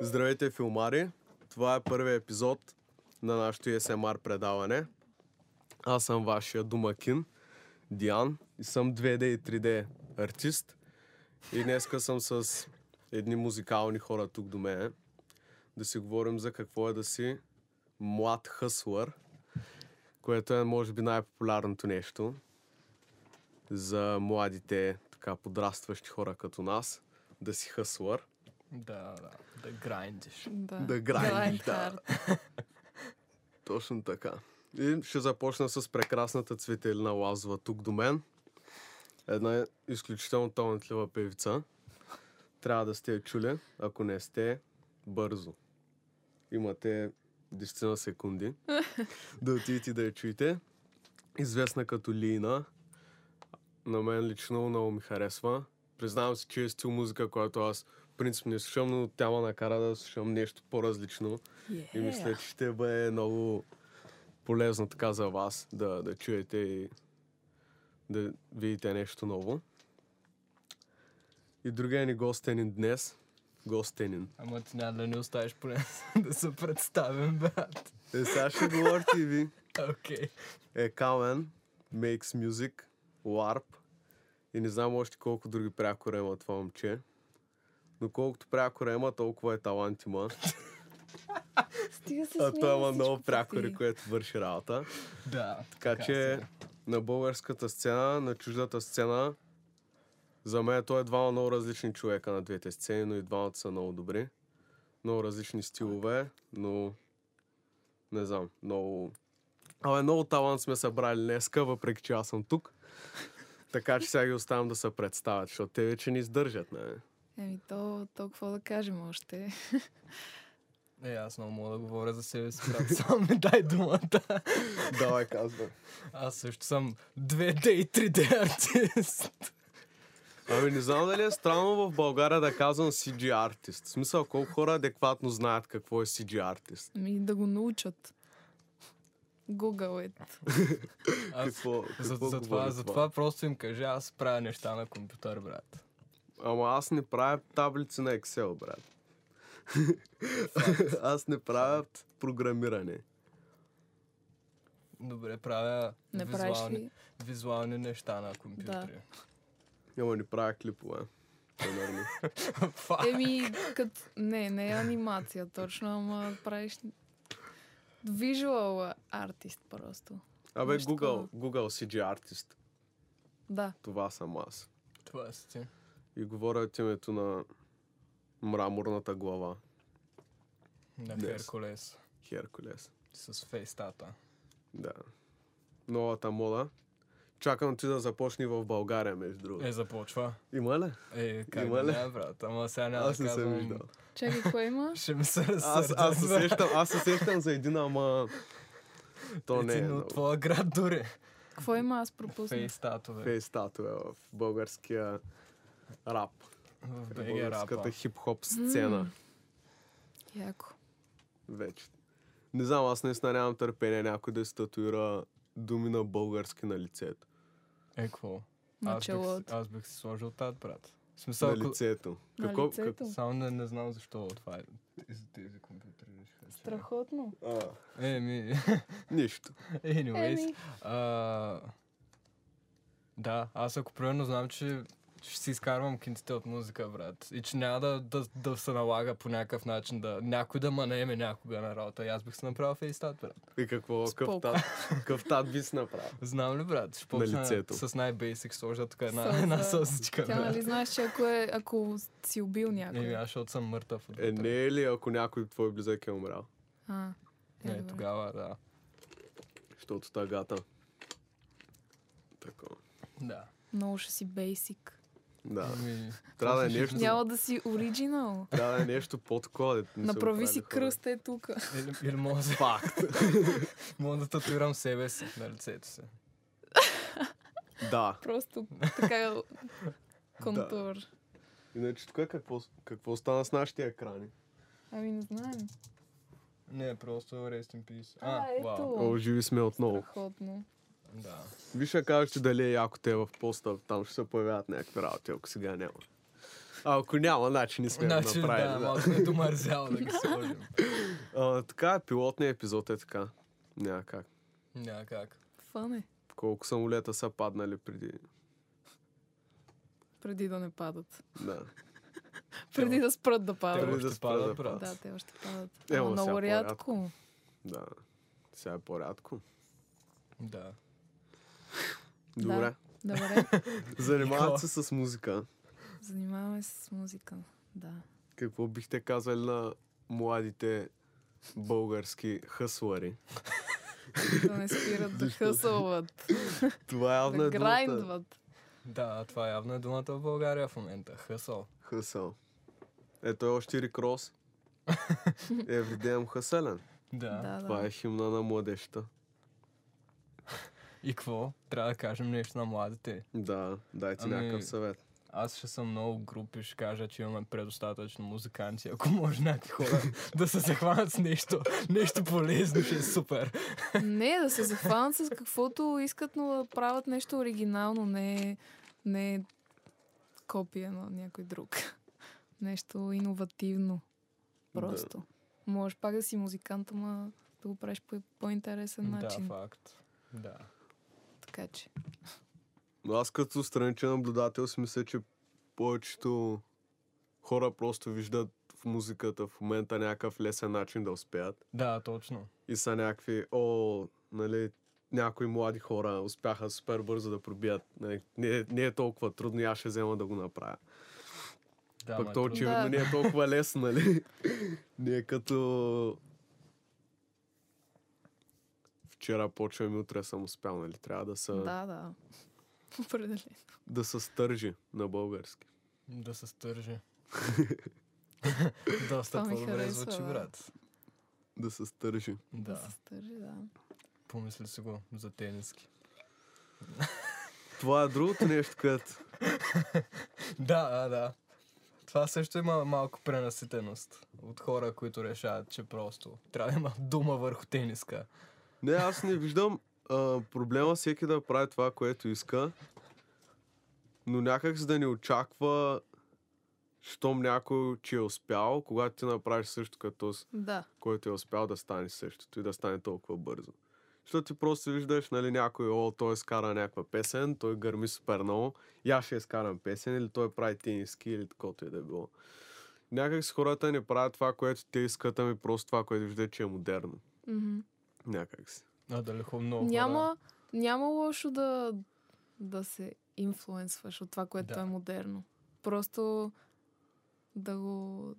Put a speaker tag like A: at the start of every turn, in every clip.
A: Здравейте, филмари! Това е първият епизод на нашето ESMR предаване. Аз съм вашия домакин, Диан, и съм 2D и 3D артист. И днеска съм с едни музикални хора тук до мене. Да си говорим за какво е да си млад хъслър, което е, може би, най-популярното нещо за младите, така, подрастващи хора като нас, да си хъслър.
B: Да, да, да грайндиш.
C: Да.
A: Да грайндиш,
C: Grind
A: да.
C: hard.
A: Точно така. И ще започна с прекрасната Цветелина Лазова тук до мен. Една изключително талантлива певица. Трябва да сте я чули. Ако не сте, бързо. Имате 10 на секунди да отидете да я чуете. Известна като Лина. На мен лично много ми харесва. Признавам се, че е стил музика, която аз принципно не слушам, но тя ме накара да слушам нещо по-различно. И
C: Е,
A: мисля, че ще бъде много полезно така за вас да, да чуете и да видите нещо ново. И другия ни гостенин днес, гостенин.
B: Ама ти няма да ни оставиш поне да се представим, брат.
A: Е, сега ще говорите и ви.
B: Окей. Okay.
A: Е, Камен, Makes Music, Warp и не знам още колко други прякора има това момче. Но колкото прякора има, толкова е талант има.
C: Стига се
A: А той
C: смея
A: има
C: на
A: много
C: всичкото
A: прякори,
C: ти.
A: което върши работа.
B: Да.
A: Така че
B: сега.
A: на българската сцена, на чуждата сцена, за мен той е двама много различни човека на двете сцени, но и двамата са много добри. Много различни стилове, но не знам, много... Абе, много талант сме събрали днеска, въпреки че аз съм тук. Така че сега ги оставям да се представят, защото те вече ни издържат, не?
C: Еми, то толкова да кажем още.
B: Е, аз много мога да говоря за себе си, брат. Само ми дай думата.
A: Давай, казвай.
B: Аз също съм 2D и 3D артист.
A: Ами не знам дали е странно в България да казвам CG артист. В смисъл, колко хора адекватно знаят какво е CG артист.
C: Ми Ами, да го научат. Google it.
B: Аз...
A: Какво,
B: За,
A: какво
B: за,
A: говори
B: това, за това просто им кажа, аз правя неща на компютър, брат.
A: Ама аз не правя таблици на Excel, брат. аз не правя програмиране.
B: Добре, правя
C: Не правиш
B: визуални,
C: ли?
B: визуални неща на компютри.
A: Ама не правя клипове. е Примерно.
B: Фак.
C: Еми, кът... не, не е анимация точно, ама правиш визуал артист просто.
A: Абе,
C: Нещо
A: Google,
C: такова.
A: Google CG Artist.
C: Да.
A: Това съм аз.
B: Това си ти.
A: И говоря от името на мраморната глава.
B: На
A: Днес.
B: Херкулес.
A: Херкулес.
B: С фейстата.
A: Да. Новата мода. Чакам ти да започне в България, между другото.
B: Е, започва.
A: Има ли?
B: Е, как
A: Има
B: Има
A: ли?
B: да не, брат? Ама сега няма
A: Аз
B: да
A: не съм
B: казвам.
A: виждал.
C: Чакай, кое има?
B: Ще ми се
A: Аз,
B: разсърдят,
A: аз, се
B: брат.
A: сещам, аз се сещам за един, ама... То не е
B: Един
A: много.
B: от твоя град дори.
C: Какво има? Аз пропуснах.
B: Фейстато, бе.
A: фейстатове Е в българския рап.
B: В
A: В
B: БГ
A: българската
B: рапа.
A: хип-хоп сцена
C: Яко.
A: вече. Не знам, аз наистина нямам търпение някой да си татуира думи на български на лицето.
B: Е, какво?
C: На
B: Аз бих,
C: челото.
B: аз бих си сложил тат, брат. В смисъл,
A: На
B: ако...
A: лицето.
C: На лицето.
B: Само не, не знам защо това е. За тези компютри.
C: Страхотно.
A: А,
B: Еми,
A: нищо.
B: anyways.
C: Еми.
B: А, да, аз ако примерно знам, че ще си изкарвам кинтите от музика, брат. И че няма да, да, да се налага по някакъв начин да някой да ме наеме някога на работа. И аз бих се направил фейстат, брат.
A: И какво
C: С полка.
A: къвтат, къвтат би си направил.
B: Знам ли, брат? Ще
A: На
B: почна
A: лицето.
B: с най-бейсик сложа тук една,
C: Сълза.
B: една сълзичка,
C: Тя нали
B: брат.
C: знаеш, че ако, е, ако си убил
B: Еми,
C: някой.
B: аз защото съм мъртъв от
A: Е, не е ли ако някой твой близък е умрял?
C: А, е,
B: не,
C: добре.
B: тогава, да.
A: Защото тагата. Така.
B: Да.
C: Много ще си бейсик.
A: Да.
B: Ами,
A: Трябва да е
B: ще
A: нещо.
B: измисля?
C: Няма да си оригинал.
A: Трябва да е нещо по-такова. дето не са го
C: Направи
A: правили
C: си
A: хора.
C: кръст е тук.
B: Или, или мога, да,
A: Факт.
B: мога да татуирам себе си на лицето си.
A: Да.
C: Просто така контур.
A: Иначе тук е какво, какво стана с нашите екрани?
C: Ами не знаем.
B: Не, просто rest in peace.
C: А, ето.
B: вау.
A: О, живи сме отново.
C: Страхотно.
B: Да.
A: Виж, ще кажеш, че дали е яко те в поста, там ще се появяват някакви работи, ако сега няма. А ако няма начин, не сме го
B: Значи, да,
A: направили. Е, Да.
B: малко е домързял да ги сложим.
A: А, така, пилотният епизод е така. Няма как.
B: Няма как.
C: Фън е,
A: Колко самолета са паднали преди.
C: преди да не падат.
A: Да.
C: Преди да спрат да
B: Те
A: Трябва
C: падат.
A: да
B: още
A: спра да
B: падат, брат.
C: Да, те още падат.
A: Е,
C: Ама
A: ама сега
C: много
A: по-рядко.
C: рядко.
A: Да. Сега е по-рядко.
B: Да.
C: Да.
A: Добре.
C: Добре,
A: Занимават се с музика.
C: занимаваме се с музика. Да.
A: Какво бихте казали на младите български хъслари?
C: Да не спират да хъсълват,
A: Това е явно
C: да
A: е думата.
C: грайндват.
B: Да, това явно е думата в България в момента. Хъсъл.
A: Хъсъл. Ето е още Рик Рос. Every damn хъселен.
B: Да.
C: Да,
A: Това
C: да.
A: е химна на младежта.
B: И какво? Трябва да кажем нещо на младите.
A: Да, дайте
B: Ами-
A: някакъв съвет.
B: Аз ще съм много груп и ще кажа, че имаме предостатъчно музиканти. Ако може някакви хора да се захванат с нещо, нещо полезно, ще е супер.
C: Не, да се захванат с каквото искат, но да правят нещо оригинално, не, не копия на някой друг. Нещо иновативно. Просто. Да. Можеш пак да си музикант, ама да го правиш по- по-интересен начин.
B: Да, факт. Да.
C: така че.
A: Но аз като страничен наблюдател си мисля, че повечето хора просто виждат в музиката в момента някакъв лесен начин да успеят.
B: Да, точно.
A: И са някакви, о, нали, някои млади хора успяха супер бързо да пробият. Нали, не, е- не е толкова трудно, и аз ще взема да го направя.
B: Да,
A: Пък
B: ма е
A: то
B: трудно.
A: очевидно
C: Да.
A: не е толкова лесно, нали? Не е като... Вчера почвам и утре съм успял, нали? Трябва да са, да.
C: Да, да. Определено.
A: Да са стържи на български.
B: Да се стържи. Доста
C: Това ми
B: по-добре
C: харесва,
B: звучи,
C: да.
B: брат.
A: Да са стържи.
C: Да. да
B: Да,
C: се стържи, да.
B: помисли си го за тениски.
A: Това е другото нещо, което...
B: Да, да, да. Това също има малко пренаситеност от хора, които решават, че просто трябва да има дума върху тениска.
A: Не, аз не виждам а, проблема всеки да прави това, което иска, но някак за да не очаква, щом някой, че е успял, когато ти направиш също като този,
C: Да,
A: който е успял да стане същото и да стане толкова бързо. Защото ти просто виждаш, нали, някой, о, той изкара някаква песен, той гърми супер много, и аз ще изкарам песен, или той прави тениски, или каквото и да е било. Някак с хората не правят това, което те искат, ами просто това, което виждат, че е модерно.
C: мгм.
A: Някак си.
B: А дали хубаво много хора.
C: Няма, няма лошо да, да се инфлуенсваш от това, което
B: Да.
C: да. е модерно. Просто да го...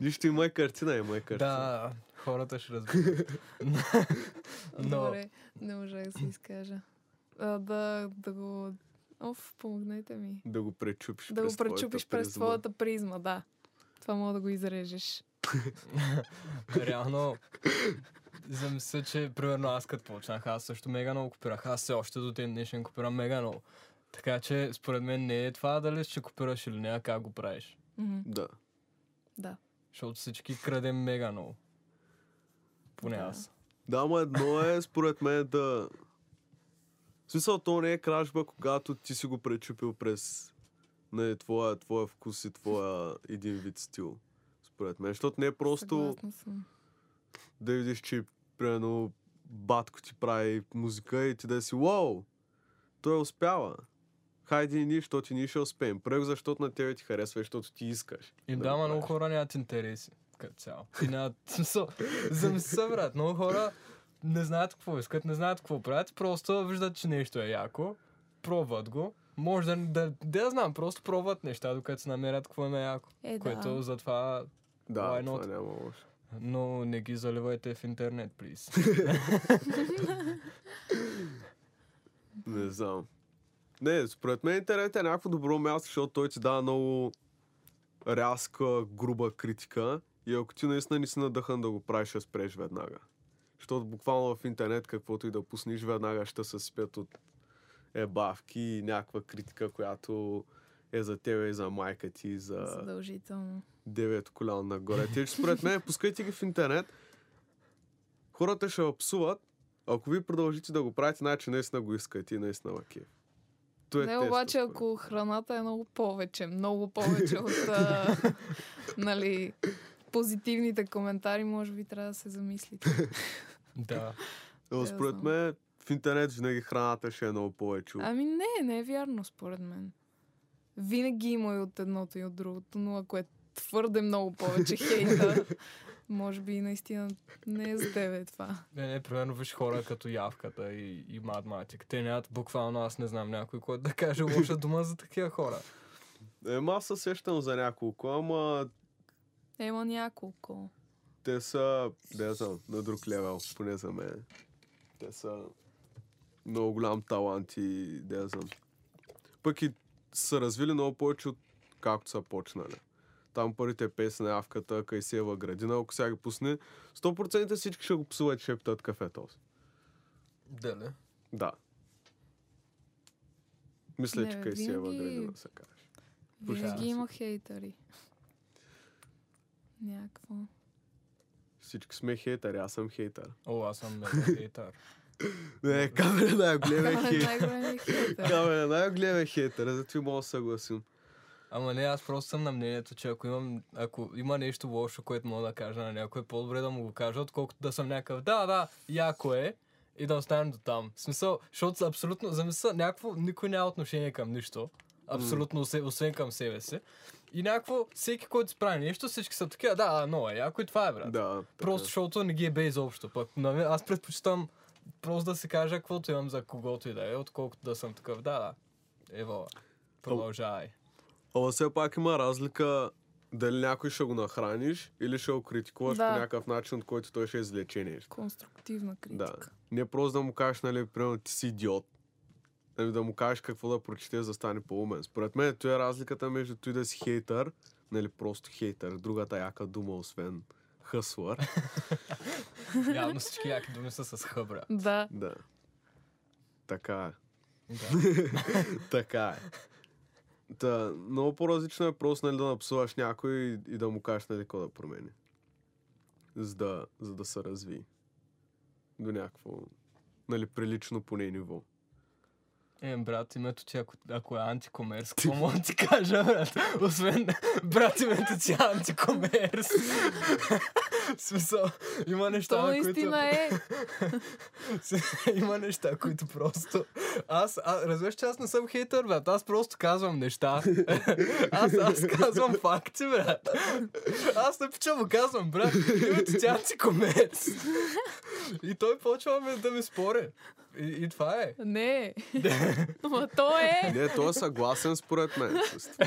A: Нищо има и картина, има и картина.
B: Да, хората ще разберат. Но-
C: Добре, не можах да се изкажа. А, да, да го... Оф, помогнете ми.
A: Да го пречупиш
C: Да го
A: през
C: пречупиш
A: твоята
C: през
A: призма.
C: твоята призма, да. Това мога да го изрежеш.
B: Реално, замисля, че примерно аз като почнах, аз също мега много копирах. Аз все още до ден днешен копирам мега много. Така че, според мен не е това дали ще копираш или не, а как го правиш.
C: Мгм,
A: Да.
C: Да.
B: Защото всички крадем мега много. Поне
C: Да.
B: аз.
A: Да, ма едно е, според мен, да... В смисъл, то не е кражба, когато ти си го пречупил през не, твоя, твоя вкус и твоя един вид стил. Според мен. Защото не е просто
C: Съгласна съм.
A: да видиш, че примерно батко ти прави музика и ти да си Уау! Той успява. Хайде и ние, защото и ние ще успеем. Първо, защото на тебе ти харесва, и защото ти искаш. е.
B: И
A: го
B: да, ма много
A: правиш.
B: хора нямат интереси. Като цяло. И нямат смисъл. Замисли се, брат. Много хора не знаят какво искат, не знаят какво правят. Просто виждат, че нещо е яко. Пробват го. Може да, да, да, я знам, просто пробват неща, докато се намерят какво им е яко.
C: Е,
B: Което
C: да.
B: затова...
A: Да,
B: Why
A: това
B: not?
A: няма лошо.
B: Но не ги заливайте в интернет, please.
A: Не знам. Не, според мен интернет е някакво добро място, защото той ти дава много рязка, груба критика. И ако ти наистина не си надъхан да го правиш, ще спреш веднага. Защото буквално в интернет, каквото и да пуснеш, веднага ще се спят от ебавки и някаква критика, която е за тебе и за майка ти, и за
C: Задължително.
A: девето коляно нагоре. Те, че според мен, пускайте ги в интернет. Хората ще ви псуват. Ако ви продължите да го правите, значи наистина го искате и наистина ваки. е
C: Не,
A: тесто,
C: обаче,
A: според
C: ако храната е много повече, много повече от а, нали, позитивните коментари, може би трябва да се замислите.
B: Да.
A: мен. Но
C: да
A: Според
C: знам.
A: мен в интернет винаги храната ще е много повече. от-
C: Ами не, не е вярно, според мен. Винаги има и от едното и от другото, но ако е твърде много повече хейта, може би наистина не е за тебе това.
B: Не, не, примерно виж хора като Явката и, и Мадматик. Те нямат буквално, аз не знам някой, който да каже лоша дума за такива хора.
A: Ема аз се сещам за няколко, ама
C: Има няколко.
A: те са, не знам, на друг левел, поне за мен. Те са много голям талант и не знам. Пък и са развили много повече от както са почнали. Там първите песни на Авката, Кайсева градина, ако сега ги пусне, 100% всички ще го псуват, ще питат кафето.
B: Дали?
A: Да. Мисля,
C: Не,
A: че Кайсева
C: винаги-
A: градина се каже.
C: Винаги
B: Да.
C: има хейтъри. Някакво.
A: Всички сме хейтъри, аз съм хейтър.
B: О, аз съм мега хейтър.
A: Не, камера най-големия
C: Камен е
A: хейтър.
C: най-големият хейтър.
A: Камера най-големия хейтър, за това мога да съгласим.
B: Ама не, аз просто съм на мнението, че ако, имам, ако има нещо лошо, което мога да кажа на някой, е по-добре да му го кажа, отколкото да съм някакъв, да, да, яко е, и да останем до там. В смисъл, защото абсолютно, за мисъл, някакво, никой няма отношение към нищо. Абсолютно, mm. освен към себе си. И някакво, всеки, който прави нещо, всички са такива, да, да, но е яко и това е, брат.
A: Да.
B: Просто
A: така.
B: защото не ги е бе изобщо. Пък на мен, аз предпочитам просто да се кажа каквото имам за когото и да е, отколкото да съм такъв. Да, да. Ево, продължавай.
A: Ама все пак има разлика дали някой ще го нахраниш или ще го критикуваш
C: Да.
A: по някакъв начин, от който той ще извлече нещо.
C: Конструктивна
A: Да.
C: критика.
A: Не е просто да му кажеш, нали, примерно ти си идиот. Ами да му кажеш какво да прочете, за да стане по-умен. Според мен, това е разликата между той да си хейтър, нали, просто хейтър, другата яка дума, освен хъслър.
B: Явно всички яки думи са с хъбра.
C: Да.
A: да. Така е.
B: Да.
A: Така е. Та, много по-различно е просто нали, да напсуваш някой и, и да му кажеш нали, какво да промени. За да, за да се разви. До някакво нали, прилично поне ниво.
B: Е, брат, името ти, ако, ако е антикомерс, какво мога да ти кажа, брат? Освен, брат, името ти е антикомерс. В смисъл, има неща,
C: То
B: които...
C: наистина е.
B: Има неща, които просто... Аз, а, разбираш, че аз не съм хейтър, брат. Аз просто казвам неща. аз, аз казвам факти, брат. Аз не пича му казвам, брат, името тя комец. И той почва ме, да ми спори. И, и това е.
C: Не. Ма то е.
A: Не, той е съгласен според мен с това.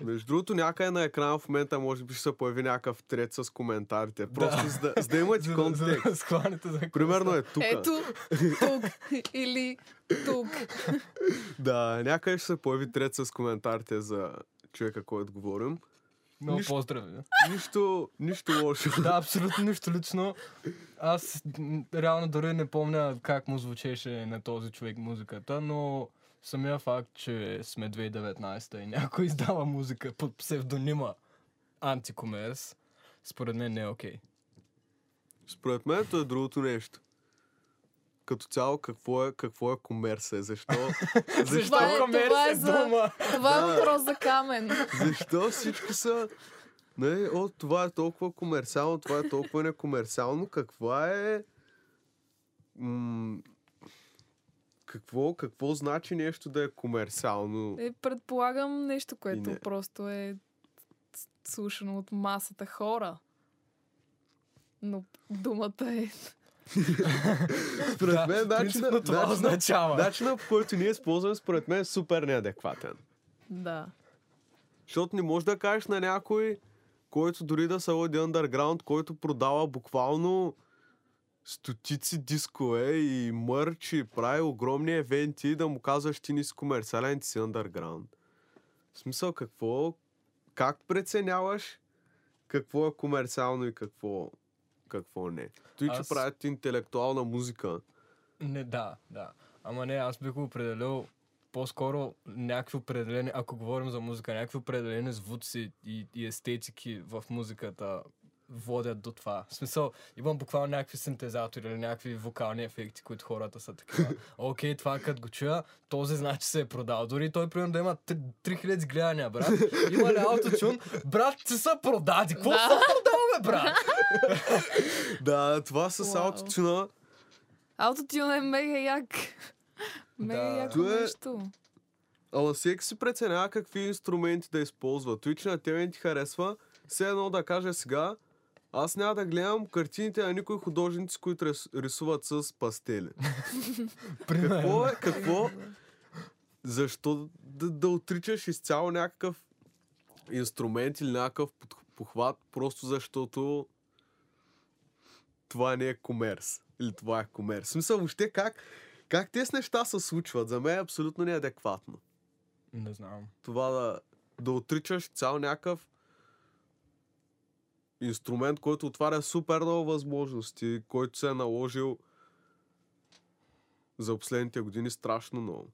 A: Между другото, някъде на екрана в момента може би ще се появи някакъв трет с коментарите. Просто за, да, за да
B: За
A: имате
B: да- за да
A: контекст.
B: схванете за
A: Примерно е тук.
C: Ето, тук или тук.
A: Да, някъде ще се появи трет с коментарите за човека, който говорим.
B: Много
A: нищо.
B: поздрави. да.
A: Нищо, нищо лошо.
B: Да, абсолютно нищо лично. Аз м, реално дори не помня как му звучеше на този човек музиката, но самия факт, че сме 2019 и някой издава музика под псевдонима антикомерс, според мен не е окей.
A: Според мен то е другото нещо. Като цяло, какво е, какво е комерса? Защо, защо,
C: Това е- това е за-
B: дума?
C: Това е въпрос за камен.
A: защо всички са... Не, о, това е толкова комерциално, това е толкова некомерциално. Каква е... М- какво, какво значи нещо да е комерциално?
C: Е, предполагам нещо,
A: И
C: което
A: не.
C: просто е с- слушано от масата хора. Но думата е...
A: Според мен,
B: значи, Да,
A: начина,
B: принципно това
A: начина,
B: означава.
A: начина, по който ние използваме, според мен, е супер неадекватен.
C: Да.
A: Защото не можеш да кажеш на някой, който дори да се води underground, който продава буквално стотици дискове и мърч и прави огромни евенти, да му казваш ти не си комерциален, ти си underground. В смисъл какво? Как преценяваш какво е комерциално и какво, какво не? Той, че
B: Аз-
A: правят интелектуална музика.
B: Не, да, да. Ама не, аз бих го определил по-скоро някакви определени, ако говорим за музика, някакви определени звуци и, и естетики в музиката водят до това. В смисъл, имам буквално някакви синтезатори или някакви вокални ефекти, които хората са така. Окей, това като го чуя, този значи се е продал. Дори той примерно да има три- 3000 гледания, брат. Има ли ауточун? Брат, ти са продади. Какво
C: Да.
B: са продал, бе, брат?
A: Да, това с
C: Уау.
A: аутотюна.
C: Аутотюн е мега як. Мега
B: Да.
C: яко
A: Той е-
C: нещо.
A: Ама всеки си преценява какви инструменти да използва. Той, че на тебе не ти харесва, все едно да кажа сега, аз няма да гледам картините на никой художници, които рис- рисуват с пастели.
B: Примерно.
A: Какво е, какво? Защо да, да отричаш изцяло някакъв инструмент или някакъв подх- похват, просто защото това не е комерс. Или това е комерс. В смисъл, въобще как, как тези неща се случват? За мен е абсолютно неадекватно.
B: Не знам.
A: Това да, да отричаш цял някакъв инструмент, който отваря супер много възможности, който се е наложил за последните години страшно много.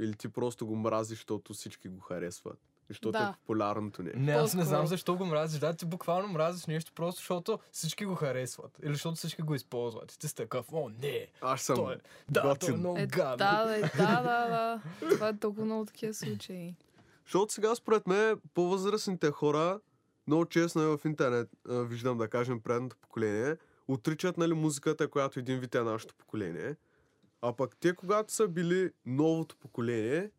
A: Или ти просто го мразиш, защото всички го харесват. и Защото
C: Да.
A: е популярното не.
B: Не, аз не
C: По-скоро.
B: знам защо го мразиш. Да, ти буквално мразиш нещо просто, защото всички го харесват. Или защото всички го използват. И ти си такъв, о, не,
A: Аз съм...
B: той е, да, той е
A: готин.
B: много
C: Е, да,
B: гадно.
C: да, е, да, да, да. Това е толкова много такива случаи.
A: Защото сега според мен по-възрастните хора, много честно е в интернет, а, виждам да кажем предното поколение, отричат нали, музиката, която един вид е нашето поколение. А пък те, когато са били новото поколение,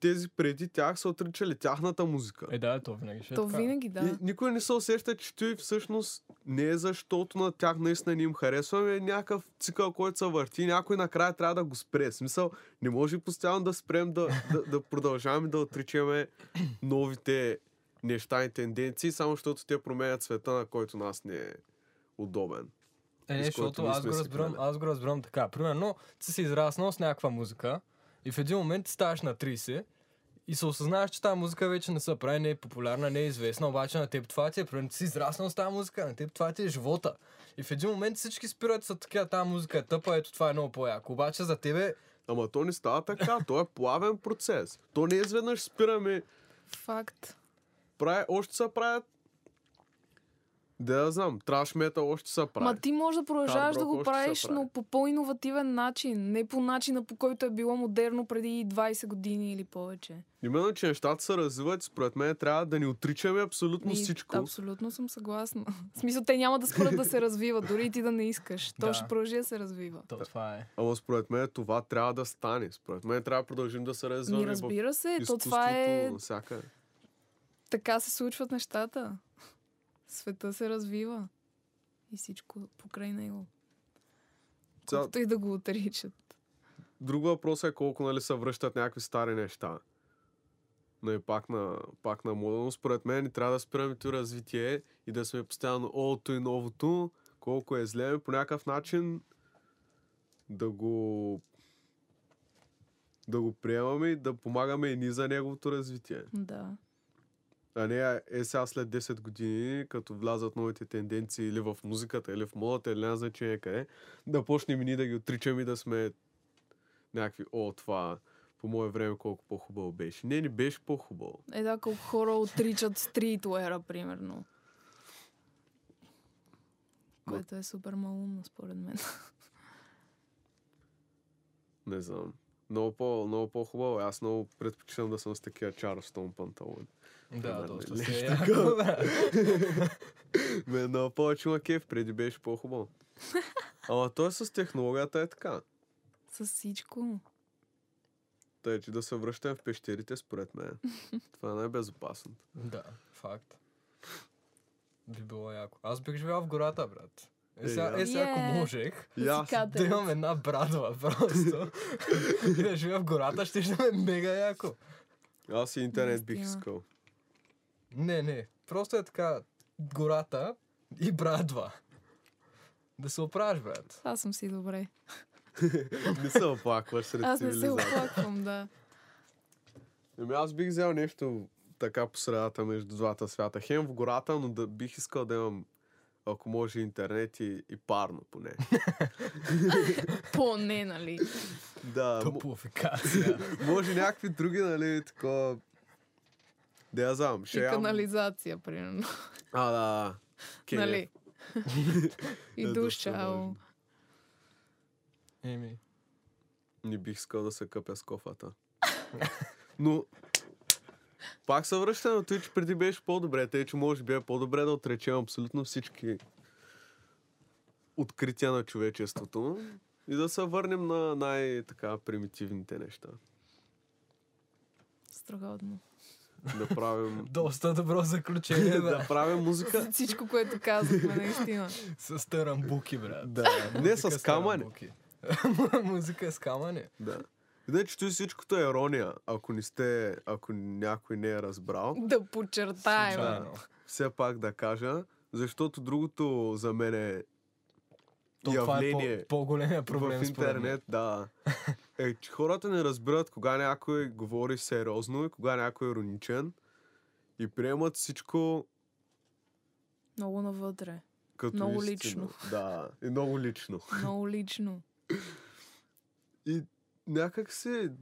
A: тези преди тях са отричали тяхната музика.
B: Е, да, то винаги ще е
C: То
B: така.
C: винаги да.
A: И никой не се усеща, че той всъщност не е защото на тях наистина не им харесва, ами е някакъв цикъл, който се върти и някой накрая трябва да го спре. В смисъл, не може постоянно да спрем да, да, да продължаваме да отричаме новите неща и тенденции, само защото те променят света, на който нас не е удобен.
B: Е, не,
A: с
B: защото
A: който ние
B: аз
A: сме
B: го,
A: свикнали.
B: разбирам, аз го разбирам така. Примерно, ти си израснал с някаква музика и в един момент ти ставаш на 30 и се осъзнаваш, че тази музика вече не се прави, не е популярна, не е известна, обаче на теб това ти е, примерно, ти си израснал с тази музика, на теб това ти е живота. И в един момент всички спират са така, тази музика е тъпа, ето това е много по-яко. Обаче за тебе
A: Ама то не става така, то е плавен процес. То не е изведнъж спираме
C: Факт.
A: прави, още се правят да я знам, траш метал още се прави.
C: Ма ти можеш да продължаваш
A: Хард
C: да
A: рок
C: го
A: още се
C: правиш,
A: прави.
C: но по по-инновативен начин. Не по начина, по който е било модерно преди 20 години или повече.
A: Именно, че нещата се развиват, според мен трябва да ни отричаме абсолютно
C: Ми,
A: всичко.
C: Абсолютно съм съгласна. В смисъл, те няма да спрат да се развиват, дори и ти да не искаш. То
B: Да.
C: ще продължи да се развива.
B: То, това е.
A: Ама според мен това трябва да стане. Според мен трябва да продължим да се развиваме
C: Ми
A: в
C: разбира се, то
A: е изкуството,
C: това е...
A: навсякъде.
C: Така се случват нещата. Света се развива. И всичко покрай него.
A: Ця-
C: Колкото и да го отричат.
A: Друг въпрос е колко нали, се връщат някакви стари неща. Но и пак на, пак на мода. Но според мен ни трябва да спираме това развитие и да сме постоянно олото и новото, колко е зле, ами по някакъв начин да го да го приемаме и да помагаме и ни за неговото развитие.
C: Да.
A: А не е сега след 10 години, като влязат новите тенденции или в музиката, или в модата, или няма значение къде, да почнем и ние да ги отричаме и да сме някакви, о, това по мое време колко по-хубаво беше. Не, не беше по-хубаво.
C: Е, да, колко хора отричат стритуера, примерно. Което е супер малумно, според мен.
A: Не знам. Много, по, много по-хубаво. е. Аз много предпочитам да съм с такива Чарлстон панталони.
B: Да,
A: Да,
B: доста
A: нали,
B: се е.
A: нещо
B: яко, брат.
A: Ме много повече има кеф, преди беше по-хубаво. Ама той с технологията е така.
C: С всичко.
A: Тъй, че да се връщам в пещерите, според мен. Това е най-безопасното.
B: Да, факт. Би било яко. Аз бих живял в гората, брат.
A: Е,
B: Е, сега,
A: я.
B: е, сега ако
C: Е.
B: можех,
A: И аз-
B: да имам една брадва просто. и да живея в гората, ще ще ме мега яко.
A: Аз и интернет бих
C: Наистина.
A: искал.
B: Не, не. Просто е така гората и брадва. Да се оправиш, брат.
C: Аз съм си добре.
A: Не се оплакваш сред
C: Аз не се
A: цивилизация.
C: оплаквам, да.
A: Ами аз бих взел нещо така по средата между двата свята. Хем в гората, но да бих искал да имам, ако може, интернет и, и парно поне.
C: Поне, нали?
A: да, м-
B: Топлофикация.
A: може някакви други, нали, такова... Да я знам. Ще
C: И
A: ям...
C: канализация, примерно.
A: А, да, да. Кенев.
C: нали?
A: Е,
C: И
A: доста
C: душ, чао.
A: важно.
B: Еми,
A: Не бих искал да се къпя с кофата. Но пак се връщам на това, че преди беше по-добре. Тъй, че може би е по-добре да отречем абсолютно всички открития на човечеството и да се върнем на най-така примитивните неща.
C: Страхотно.
A: Да правим,
B: доста добро заключение,
A: да
B: да.
A: правим музика.
C: За всичко, което казахме, наистина.
B: С тарамбуки, брат.
A: Да, не
B: Музика
A: с камъни.
B: тарамбуки. Музика с камъни.
A: Да. Иначе той всичкото е ирония, ако не сте, ако някой не е разбрал.
C: Да подчертаем.
A: Да.
B: Случайно.
A: все пак да кажа, защото другото за мен е
B: То това е
A: явление
B: по- по-големия проблем
A: в
B: според мен.
A: интернет, да. Е, че хората не разбират кога някой говори сериозно и кога някой е ироничен и приемат всичко
C: Много навътре.
A: като
C: Много
A: истина.
C: лично.
A: Да, и много лично.
C: Много лично.
A: И някак се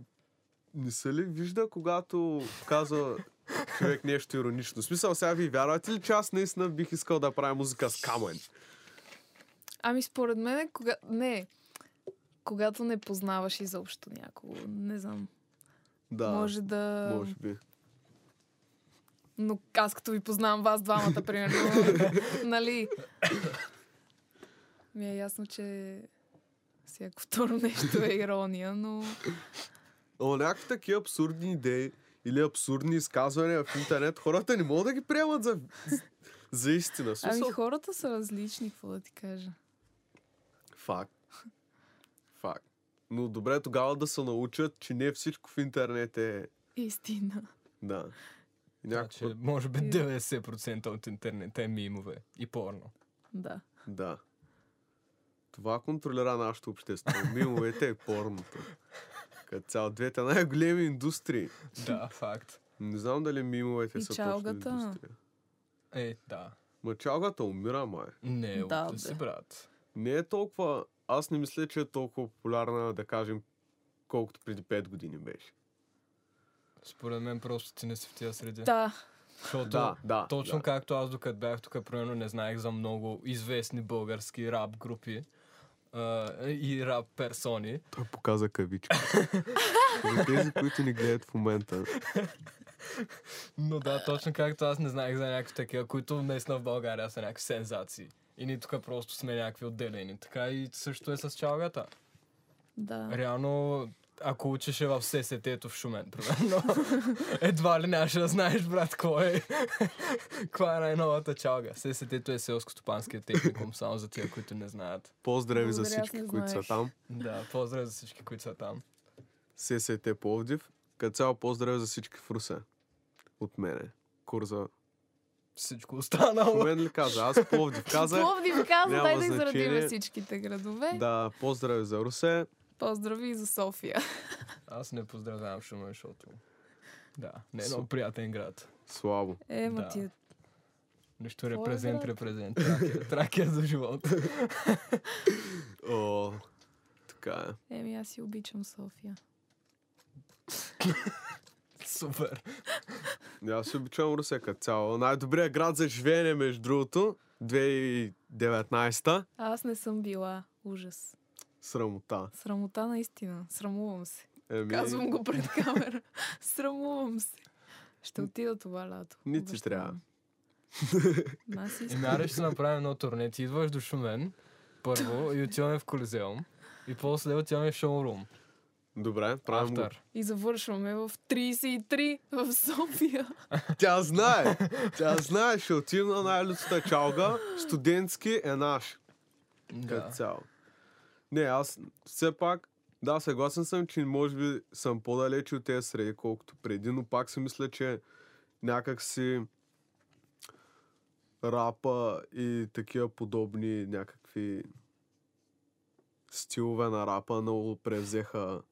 A: не се ли вижда, когато казва човек нещо иронично? В смисъл, сега ви вярвате ли, че аз наистина бих искал да правя музика с камън?
C: Ами според мен, е кога... не, когато не познаваш изобщо някого, не знам.
A: Да,
C: може да...
A: може би.
C: Но аз като ви познавам вас двамата, примерно, нали? Ми е ясно, че всяко второ нещо е ирония, но
A: Но някакви такива абсурдни идеи или абсурдни изказвания в интернет, хората не могат да ги приемат за, за истина. В Смисъл...
C: Ами хората са различни, какво да ти кажа.
A: Факт. Факт. Но добре е тогава да се научат, че не всичко в интернет е...
C: Истина.
A: Да. И Някакво...
B: Значи, може би
C: И-
B: 90% от интернет е мимове и порно.
C: Да.
A: Да. Това контролира нашето общество. Мимовете и е порното. Като цяло двете най-големи индустрии.
B: Да, факт.
A: Не знам дали мимовете
C: И
A: са
C: чалгата.
A: точно индустрия.
B: Е, да.
A: Мачалгата умира, май.
B: Не,
C: Да,
B: да, си,
C: бе.
B: брат.
A: не е толкова... Аз не мисля, че е толкова популярна, да кажем, колкото преди 5 години беше.
B: Според мен просто ти не си в тия среди.
C: Да.
B: Защото
A: Да, да.
B: Точно
A: да.
B: както аз докато бях тук, примерно не знаех за много известни български рап групи а, и рап персони.
A: Той показа кавичка. За тези, които ни гледат в момента.
B: Но да, точно както аз не знаех за някакви такива, които наистина в България са някакви сензации. И ние тук просто сме някакви отделени. Така и също е с чалгата.
C: Да.
B: Реално, ако учеше в ССТ-то в Шумен, примерно, едва ли нямаше да знаеш, брат, кой е. Каква е най-новата чалга? ССТ-то е селско-стопанския техникум, само за тия, които не знаят.
A: Поздрави за
C: Благодаря, аз
A: всички,
C: не
A: които са
C: знаех.
A: там.
B: Да, поздрав за всички, които са там.
A: ССТ Пловдив. Като цяло поздрави за всички в Русе. От мене. Курза.
B: Всичко
A: В
B: останало.
A: Мен ли каза? Аз Пловдив казах.
C: Пловдив е? каза,
A: няма
C: дай да
A: значение.
C: израдиме всичките градове.
A: Да, поздрави за Русе.
C: Поздрави за София.
B: Аз не поздравявам Шумен, защото... Да, не е
A: Су-
B: много приятен град.
A: Слабо.
C: Е, ма
B: Да.
C: ти е-
B: Нещо
C: е,
B: репрезент,
C: брат?
B: репрезент. Тракия, тракия за живот.
A: О, така е.
C: Еми, аз си обичам София.
B: Супер.
A: И Аз си обичам Русе като цяло. Най-добрият град за живеене, между другото, 2019-та.
C: Аз не съм била. Ужас.
A: Срамота.
C: Срамота наистина. Срамувам се.
A: Еми,
C: Казвам го пред камера. Срамувам се. Ще отида това лято.
A: Ни ти
C: Обещавам.
A: трябва.
C: Ма Аз
B: И
C: искам.
B: мяре ще направим едно турне. Ти идваш до Шумен, първо, и отиваме в Колизеум. И после отиваме в шоурум.
A: Добре, правим го.
B: Автор.
C: И завършваме в 33 в София.
A: Тя знае. Тя знае, ще отидем на най-люцата чалга. Студентски е наш. Като
B: Да.
A: цяло. Не, аз все пак, да, съгласен съм, че може би съм по-далече от тези среди, колкото преди, но пак си мисля, че някак си рапа и такива подобни някакви стилове на рапа много превзеха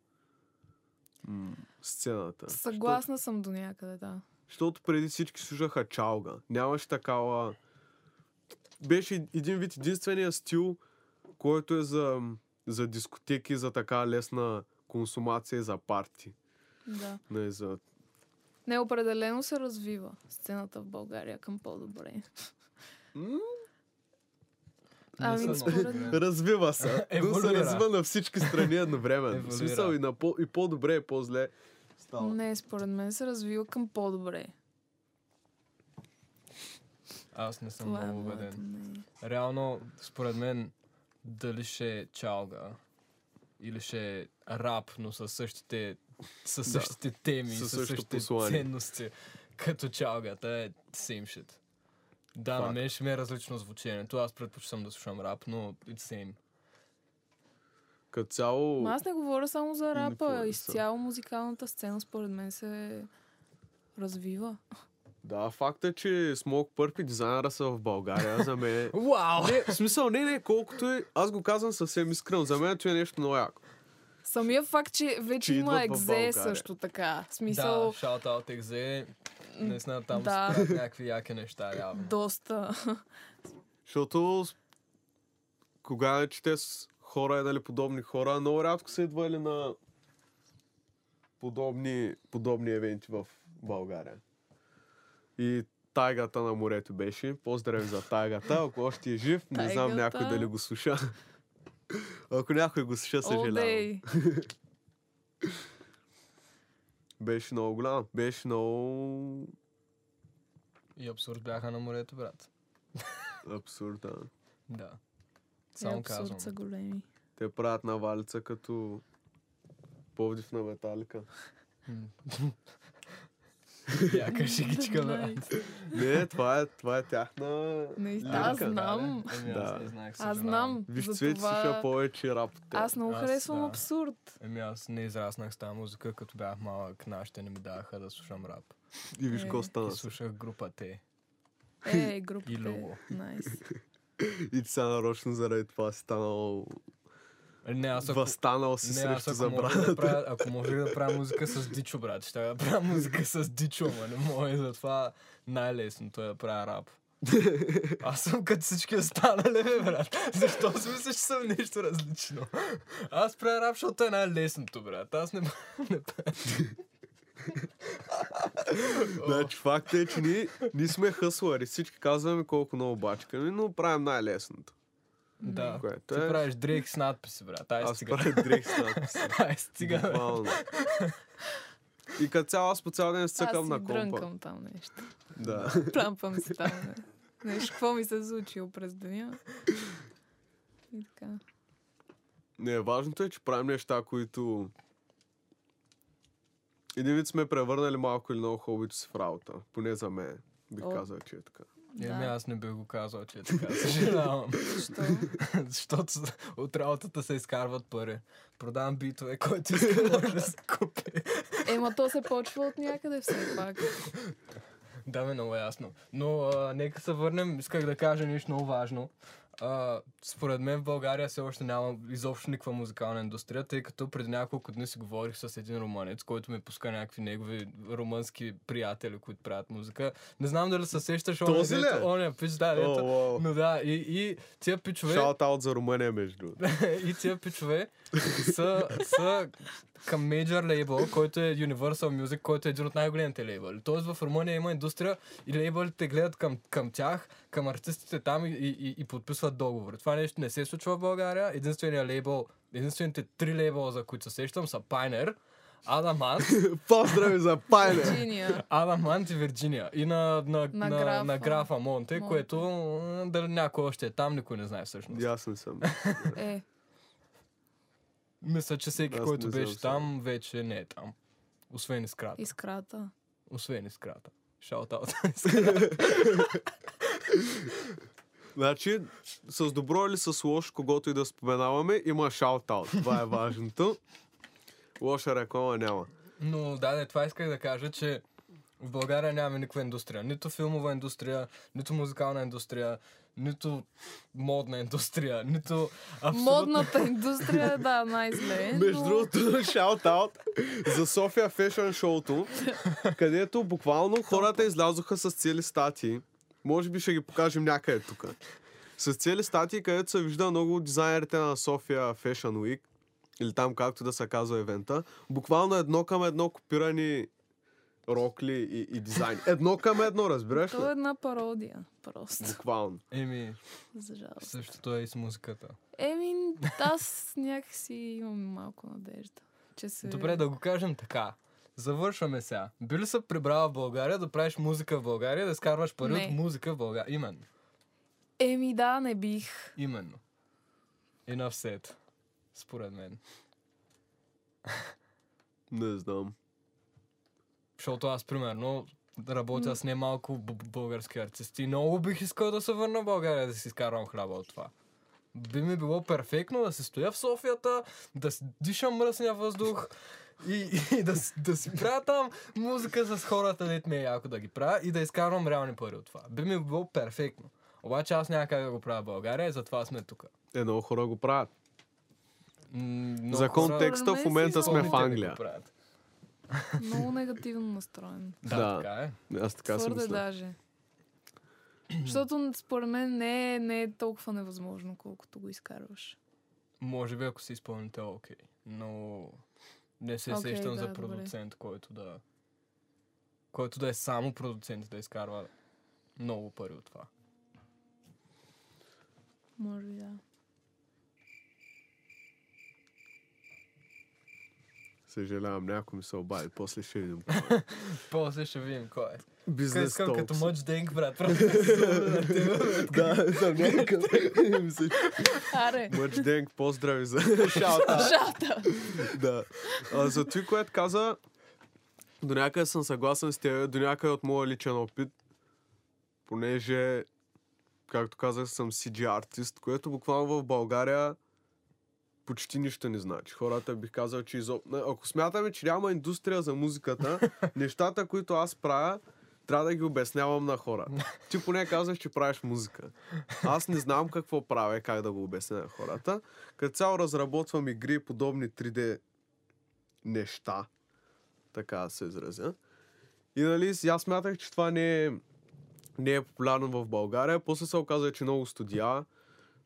A: м-
C: Е,
A: сцената.
C: Съгласна съм до някъде, да.
A: Защото преди всички служаха чалга. Нямаше такава... Беше един вид единствения стил, който е за, за дискотеки, за така лесна консумация и за парти.
C: Да.
A: Не, за...
C: Неопределено се развива сцената в България към по-добре. Ами,
B: Не съм
C: според
B: много.
C: мен.
A: Развива се. Но се
B: Еволюира.
A: развива на всички страни едновременно.
B: Еволюира.
A: В смисъл и, на по, и по-добре, и по-зле става.
C: Не, според мен се развива към по-добре.
B: Аз не съм
C: Това е
B: много
C: моето
B: убеден.
C: мнение.
B: Реално, според мен, дали ще е чалга или ще е рап, но със същите, със
A: Да.
B: същите теми,
A: Със
B: със,
A: същото
B: същите
A: послание.
B: ценности, като чалгата е same shit. Да, на
A: Факт.
B: мен ще ми е различно звучението. Аз предпочитам да слушам рап, но it's same.
A: Като цяло...
C: Ма аз не говоря само за
A: говоря
C: рапа.
A: за-
C: Изцяло музикалната сцена според мен се развива.
A: Да, факт е, че Smoke Purp и дизайнера са в България. За мен е...
B: Вау!
A: Не, в смисъл, не, не, колкото е... Аз го казвам съвсем искрено. За мен това е нещо много яко.
C: Самия факт, че вече
A: Че
C: има
A: идват в
C: екзе
A: България.
C: също така. В
B: Да,
C: смисъл,
B: shout out екзе. Не знам, там
C: Да.
B: да. правят някакви яки неща, реално.
C: доста.
A: Защото с- кога е, че те с хора, нали, подобни хора, много рядко са идвали на подобни, подобни евенти в България. И тайгата на морето беше. Поздрави за тайгата. Ако още е жив, не знам
C: Тайгата.
A: някой дали го слуша. Ако някой го слуша, съжалявам.
C: Олдей.
A: Беше много голям. Беше много
B: И абсурд бяха на морето, брат.
A: абсурден.
B: Да.
C: Е,
B: Само казвам.
C: абсурд са големи.
A: Те правят навалица като Повдив на Металика.
B: М. Яка шегичка, брат.
C: Nice.
A: Не, това е, това е тяхна...
C: Наистина,
A: лирика.
C: аз знам.
B: Еми, Ами, аз не
A: Да.
B: знаех,
C: Аз
B: съжалявам.
C: знам.
A: Виж,
C: за
A: цвет това... слуша
C: това
A: повече рап. от теб.
C: Аз много
B: Аз,
C: харесвам
B: да.
C: абсурд.
B: Еми Ами аз не израснах с тази музика, като бях малък, нашите не ми даваха да слушам рап.
A: И виж
C: Е.
A: какво стана.
B: И слушах група Те.
C: Е, групата.
B: И
C: е.
B: Любо.
C: Найс.
A: И ти сега нарочно заради това си станал...
B: Е, Не, аз ако...
A: Възстанал си
B: Не, аз
A: срещу
B: ако можех да
A: забраната.
B: правя, ако можех да правя музика с Дичо, брат, ще да правя музика с Дичо, ма не мога. Затова най-лесното е да правя рап. Аз съм като всички останали, бе, брат. Защо си мислиш, че съм нещо различно? Аз правя рап, защото е най-лесното, брат. Аз не, не правя.
A: Значи факт е, че ние, ние сме хъслари. Всички казваме колко много бачкаме, но правим най-лесното.
B: Да.
A: Което
B: Ти
A: е...
B: правиш дрейк с надписи, брат. Ай,
A: Аз
B: стига.
A: правя дрих с надпис.
B: Ай, стига, бе.
A: Буквално. И като цяло аз по цял ден
C: Аз
A: цъкам
C: си
A: на компа.
C: дрънкам там нещо.
A: Да.
C: Плампам си там. не. Нещо, какво ми се е случило през деня. И така.
A: Не, важното е, че правим неща, които... Един вид сме превърнали малко или много хобито си в работа. Поне за мен. Бих
C: О.
A: казал, че е така.
B: Еми,
C: Да.
B: аз не бих го казал, че е така. Съжалявам.
C: Защо?
B: Защото с- от работата се изкарват пари. Продавам битове, който иска може да се купи.
C: Ема Е, то се почва от някъде все пак.
B: Да, ми е много ясно. Но а, нека се върнем. Исках да кажа нещо много важно. А, според мен в България все още няма изобщо никаква музикална индустрия, тъй като преди няколко дни си говорих с един румънец, който ми пуска някакви негови румънски приятели, които правят музика. Не знам дали се сещаш, он е
A: Този ли е?
B: дето- он е пич, да,
A: О,
B: дето.
A: вау.
B: Но да, и, и тия пичове...
A: Шаут аут за Румъния, между другото.
B: и тия пичове са, са към major лейбъл, който е Universal Music, който е един от най-големите лейбъли. Тоест в Румъния има индустрия и лейбълите гледат към, към тях, към артистите там и, и, и- и подписват договори. Това нещо не се случва в България. Единственият лейбъл, единствените три лейбъла, за които се сещам, са Pioneer, Адамант,
A: Поздрави за Пайне!
C: Джиния.
B: Адамант и Вирджиния. И на, на, на, на,
C: На графа.
B: графа. на графа Монте,
C: Монте.
B: което м, дали някой още е там, никой не знае всъщност.
A: Ясен съм.
C: Е,
B: Мисля, че всеки,
A: Аз не
B: който
A: знам
B: беше
A: сега.
B: там, вече не е там. Освен изкрата.
C: искрата.
B: Освен изкрата. Шаут аут.
A: Значи, с добро или с лошо, когото и да споменаваме, има шаут аут. Това е важното. Лоша реклама няма.
B: Но да, да, това исках да кажа, че в България нямаме никаква индустрия. Нито филмова индустрия, нито музикална индустрия, нито модна индустрия, нито абсолютно...
C: Модната индустрия е, да, най-зле. но-
A: Между другото, шаут аут за София Фешън Шоуто, където буквално хората излязоха с цели статии. Може би ще ги покажем някъде тук. С цели статии, където се вижда много от дизайнерите на София Fashion Week, или там както да се казва евента, буквално едно към едно копирани рокли и, и дизайн. Едно към едно, разбираш ли?
C: То е една пародия, просто.
A: Буквално.
B: Еми,
C: За жалост.
B: същото е и с музиката.
C: Еми, аз някакси имам малко надежда. Че се...
B: Добре, да го кажем така. Завършваме сега. Би ли се прибрала в България да правиш музика в България, да скарваш пари
C: Не.
B: от музика в България? Именно.
C: Еми, да, не бих.
B: Именно. Enough said. Според мен.
A: Не знам.
B: Защото аз, примерно, работя с немалко б- български артисти. и Много бих искал да се върна в България да си изкарвам хляба от това. Би ми било перфектно да се стоя в Софията, да си дишам мръсния въздух и, и да, с- да си правя там музика с хората, дет ми е яко да ги правя и да изкарвам реални пари от това. Би ми било перфектно. Обаче аз няма как да го правя в България и затова сме тук.
A: Е, много хора го правят.
B: Но
A: За контекста в
C: Според мен
A: момента
C: си
A: сме в
C: изпълнителите
A: Англия.
C: Много негативно настроен.
A: Да.
B: Да, да, така е.
A: Аз така си
C: Твърде
A: мисля.
C: даже. Защото според мен не е, не е толкова невъзможно, колкото го изкарваш.
B: Може би ако си изпълнител, окей. Но не се
C: Окей,
B: сещам
C: да,
B: за
C: добре.
B: продуцент, който да... Който да е само продуцент, да изкарва много пари от това.
C: Може би да.
A: Съжалявам, някой ми се обади. После ще видим.
B: После ще видим кой е. Къде
A: Бизнес
B: искам като
A: толкс.
B: мъч денг, брат. Просто се сложа на тебе, брат.
A: Да, съм някакъв. Мисля, че-
C: Аре!
A: Мъч Денг, поздрави за шалта. да. А, за това, което каза, до някъде съм съгласен с теб, до някъде от моя личен опит, понеже, както казах, съм CG артист, което буквално в България почти нищо не значи. Хората бих казал, че изоб... Не, Ако смятаме, че няма индустрия за музиката, нещата, които аз правя, трябва да ги обяснявам на хора. Ти поне казваш, че правиш музика. Аз не знам какво правя, как да го обясня на хората. Като цяло разработвам игри и подобни 3D неща, така да се изразя. И нали, с- аз смятах, че това не е, не е популярно в България. После се оказа, че много студия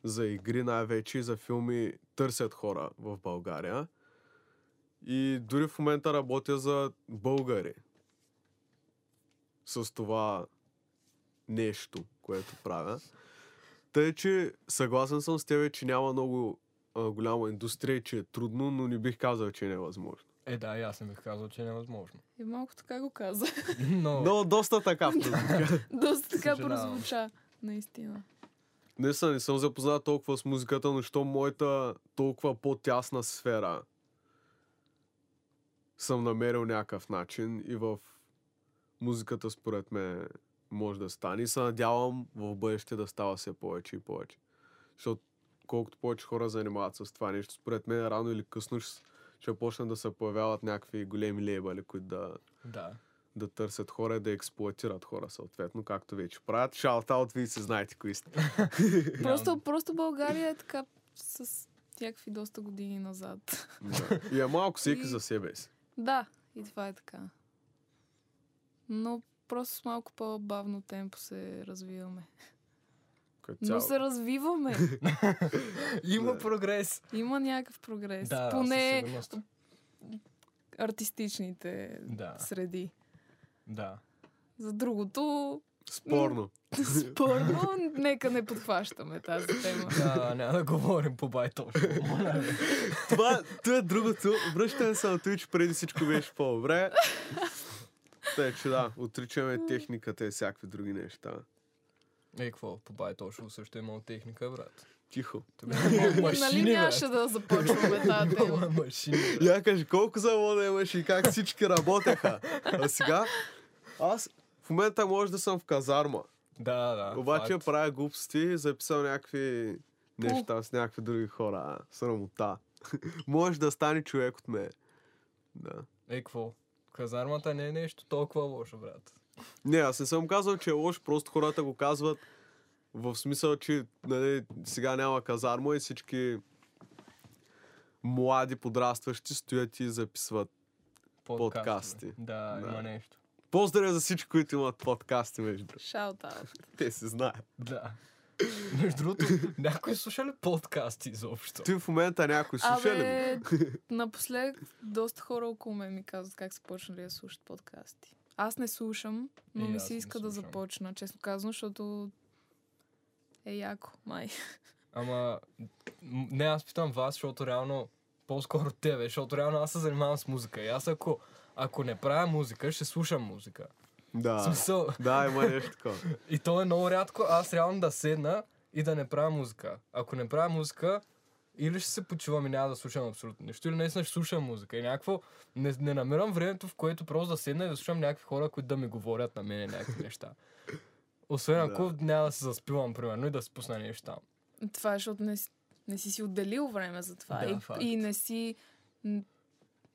A: за игри най-вече и за филми търсят хора в България. И дори в момента работя за българи с това нещо, което правя. Тъй, е, че съгласен съм с тебе, че няма много а, голяма индустрия, и че е трудно, но не бих казал, че е невъзможно.
B: Е, да, и аз не бих казал, че е невъзможно.
C: И малко така го каза.
B: Но,
A: Но доста така. прозвуча.
C: Доста така
B: Съжалявам.
C: прозвуча. Наистина.
A: не съм, не съм запознат толкова с музиката, но що моята толкова по-тясна сфера съм намерил някакъв начин и в музиката според мен може да стане. И се надявам в бъдеще да става все повече и повече. Защото колкото повече хора занимават с това нещо, според мен рано или късно ще, с- ще почнат да се появяват някакви големи лейбъли, които да,
B: да.
A: да търсят хора и да експлуатират хора съответно, както вече правят. Шалта от вие си знаете кои сте.
C: Просто, просто България е така с някакви доста години назад.
A: Да. И е малко всеки
C: И-
A: за себе си.
C: Да, и това е така. Но просто с малко по-бавно темпо се развиваме.
A: Като
C: Но
A: цяло.
C: се развиваме.
B: Има
A: Да.
B: прогрес.
C: Има някакъв прогрес.
B: Да,
C: Е, Поне
B: със сигурност.
C: артистичните
B: Да,
C: среди.
B: да.
C: За другото,
A: Спорно.
C: спорно, нека не подхващаме тази тема.
B: Да, да, няма да говорим по байтош.
A: това, това е другото. Връщаме се на Twitch, преди всичко беше по-добре. Тъй, че да, отричаме техниката и всякакви други неща.
B: Е, какво? По байтош също е имал техника, брат.
A: Тихо.
B: Тобе, има
C: нали
B: Ами, машини, брат.
C: нямаше да започваме тази тема?
B: Има машини, брат.
A: Я кажи, колко завода имаше и как всички работеха. А сега, аз в момента може да съм в казарма.
B: Да, да.
A: Обаче
B: факт.
A: правя глупости, записал някакви неща с някакви други хора. Срамота. Може да стане човек от мен. Да.
B: Е, какво? Казармата не е нещо толкова лошо, брат.
A: Не, аз не съм казал, че е лош, просто хората го казват в смисъл, че нали, сега няма казарма и всички млади подрастващи стоят и записват.
B: Подкасти.
A: Подкасти.
B: Да,
A: Да.
B: има нещо.
A: Поздравя за всички, които имат подкасти, между другото.
C: Shout out.
A: Те се знаят.
B: Да. Между другото, някой слуша ли подкасти изобщо?
A: Ти в момента някой слуша ли го?
C: Абе, напоследък доста хора около мен ми казват как са почнали да слушат подкасти. Аз не слушам, но
B: И
C: ми
B: аз
C: се
B: не
C: иска да
B: слушам.
C: започна, честно казвам, защото е яко, май.
B: Ама, м- не, аз питам вас, защото реално, по-скоро тебе, защото реално аз се занимавам с музика. И аз ако, ако не правя музика, ще слушам музика. В
A: Да.
B: смисъл,
A: Да, има нещо такова.
B: и то е много рядко, аз реално да седна и да не правя музика. Ако не правя музика, или ще се почивам и няма да слушам абсолютно нищо, или наистина ще слушам музика. И някакво, не, не намирам времето, в което просто да седна и да слушам някакви хора, които да ми говорят на мене някакви неща. Освен ако няма да се заспивам, примерно, и да спусна нещо там.
C: Това е, защото не, с- не си си отделил време за това.
B: Да,
C: и,
B: факт.
C: и не си н-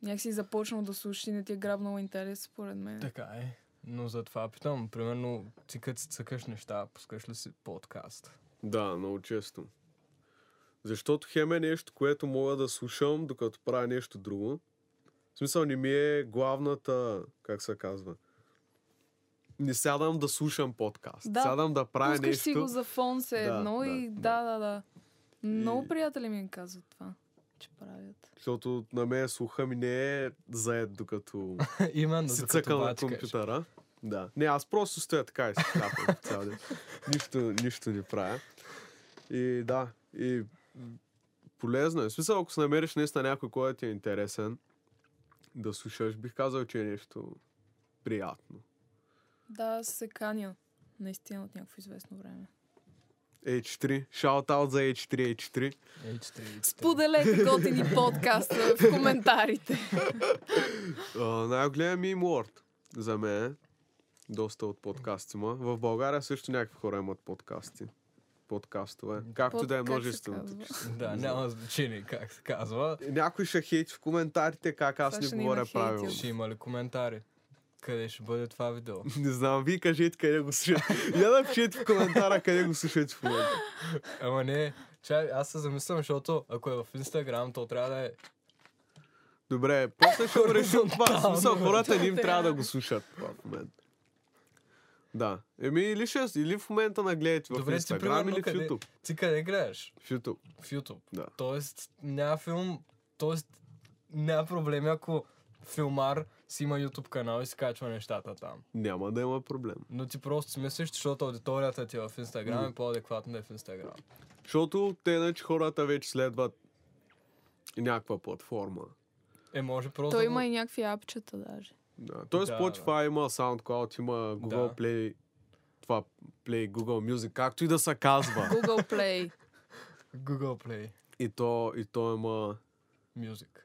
C: някакси започнал да слушаш и не ти е грабнал интерес, според мен.
B: Така е. Но затова питам, примерно, ти като си цъкаш неща, пускаш ли си подкаст?
A: Да, много често. Защото хем е нещо, което мога да слушам, докато правя нещо друго. В смисъл не ми е главната, как се казва. Не сядам да слушам подкаст.
C: Да,
A: сядам да правя
C: Пускаш
A: нещо.
C: си го за фон се
A: Да,
C: едно
A: да,
C: и
A: да.
C: да, да, да. Много
A: И-
C: приятели ми казват това, че правят.
A: Защото на мен слуха ми не е заед, докато
B: Именно,
A: си
B: докато
A: цъкам на
B: бачкаш.
A: компютъра. Да. Не, аз просто стоя така и си хлапам цял ден. Нищо, нищо не правя. И да, и м, полезно е. В смисъл, ако се намериш наистина някой, който ти е интересен, да слушаш, бих казал, че е нещо приятно.
C: Да, аз се каня наистина от някакво известно време.
A: H3. Shout out за H3, H3.
B: Ей, четири, четири.
C: Споделете готини подкаста в коментарите.
A: Uh, най-големият ми Word за мен е. доста от подкасти има. В България също някакви хора имат подкасти. Подкастове. Както и да е
C: Под- как се
A: множествено.
C: казва?
B: Да,
A: Не
B: няма значение как се казва.
A: Някой ще хейт в коментарите как аз
C: Това ще
A: не
C: ни
A: говоря
C: нахейтят.
A: правилно.
B: Ще има ли коментари? Къде ще бъде това видео?
A: Не знам, вие кажете къде го слушате. Я да пишете в коментара къде го слушате в момента.
B: Ама не, чай, аз се замислям, защото ако е в Инстаграм, то трябва да е...
A: Добре, после ще го решим това. В смисъл,
B: Хоризонтално.
A: хората не им
C: Да.
A: трябва да го слушат това в момента. Да. Еми, или, ще, или в момента на гледате в
B: Добре, ти
A: Инстаграм
B: примерно
A: или в
B: къде,
A: YouTube.
B: ти къде гледаш?
A: В YouTube.
B: В YouTube.
A: Да.
B: Тоест, няма филм, тоест, няма проблеми, ако филмар си има YouTube канал и си качва нещата там.
A: Няма да има проблем.
B: Но ти просто си мислиш, защото аудиторията ти е в Инстаграм е по-адекватна да е в Инстаграм.
A: Защото те иначе хората вече следват някаква платформа.
B: Е, може просто...
C: Той
B: да го-
C: има и някакви апчета даже.
A: Да. Тоест
B: Да,
A: Spotify има SoundCloud, има Google
B: Да.
A: Play, това Play, Google Music, както и да се казва.
C: Google Play.
B: Google Play
A: и, то, и то има
B: Music.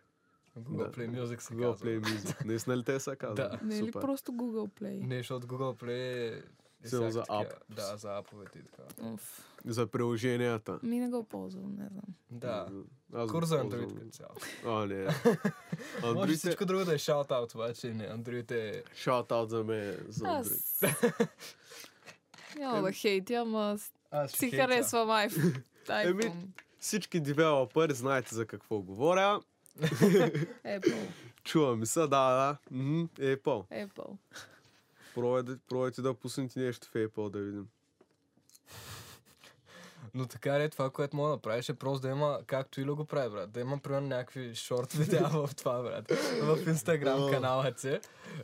B: Google
A: Да.
B: Play Music се
A: Google
B: казва.
A: Play Music. Наистина ли те се казва?
B: Да.
C: Не е ли просто Google Play?
B: Не, защото Google Play е... е
A: Само
B: всякакви
A: за
B: такива-
A: app.
B: Да, за аповете и така.
C: Уф.
A: За приложенията.
C: Ми не го ползвам, не знам.
B: Да.
A: Аз го
B: Курс за
A: ползвам.
B: Android като цяло.
A: А, не.
B: Може
A: Android е...
B: всичко друго да е shout-out, обаче не. Android е...
A: Shout out за мен. За Ами- Android.
C: Аз... Няма да хейтя, ама с-
B: Аз
C: си харесва май. iPhone.
A: Еми- Всички девелопъри знаете за какво говоря.
C: Apple.
A: Чувам ми се, да, да. Мгм, Apple.
C: Apple.
A: Пробвай да- Пробвайте да пуснете нещо в Apple да видим.
B: Но така е, това, което мога да направиш е просто да има, както Ило го прави, брат, да има, примерно, някакви шорт видеа в това, брат, в
A: О.
B: Инстаграм канала си.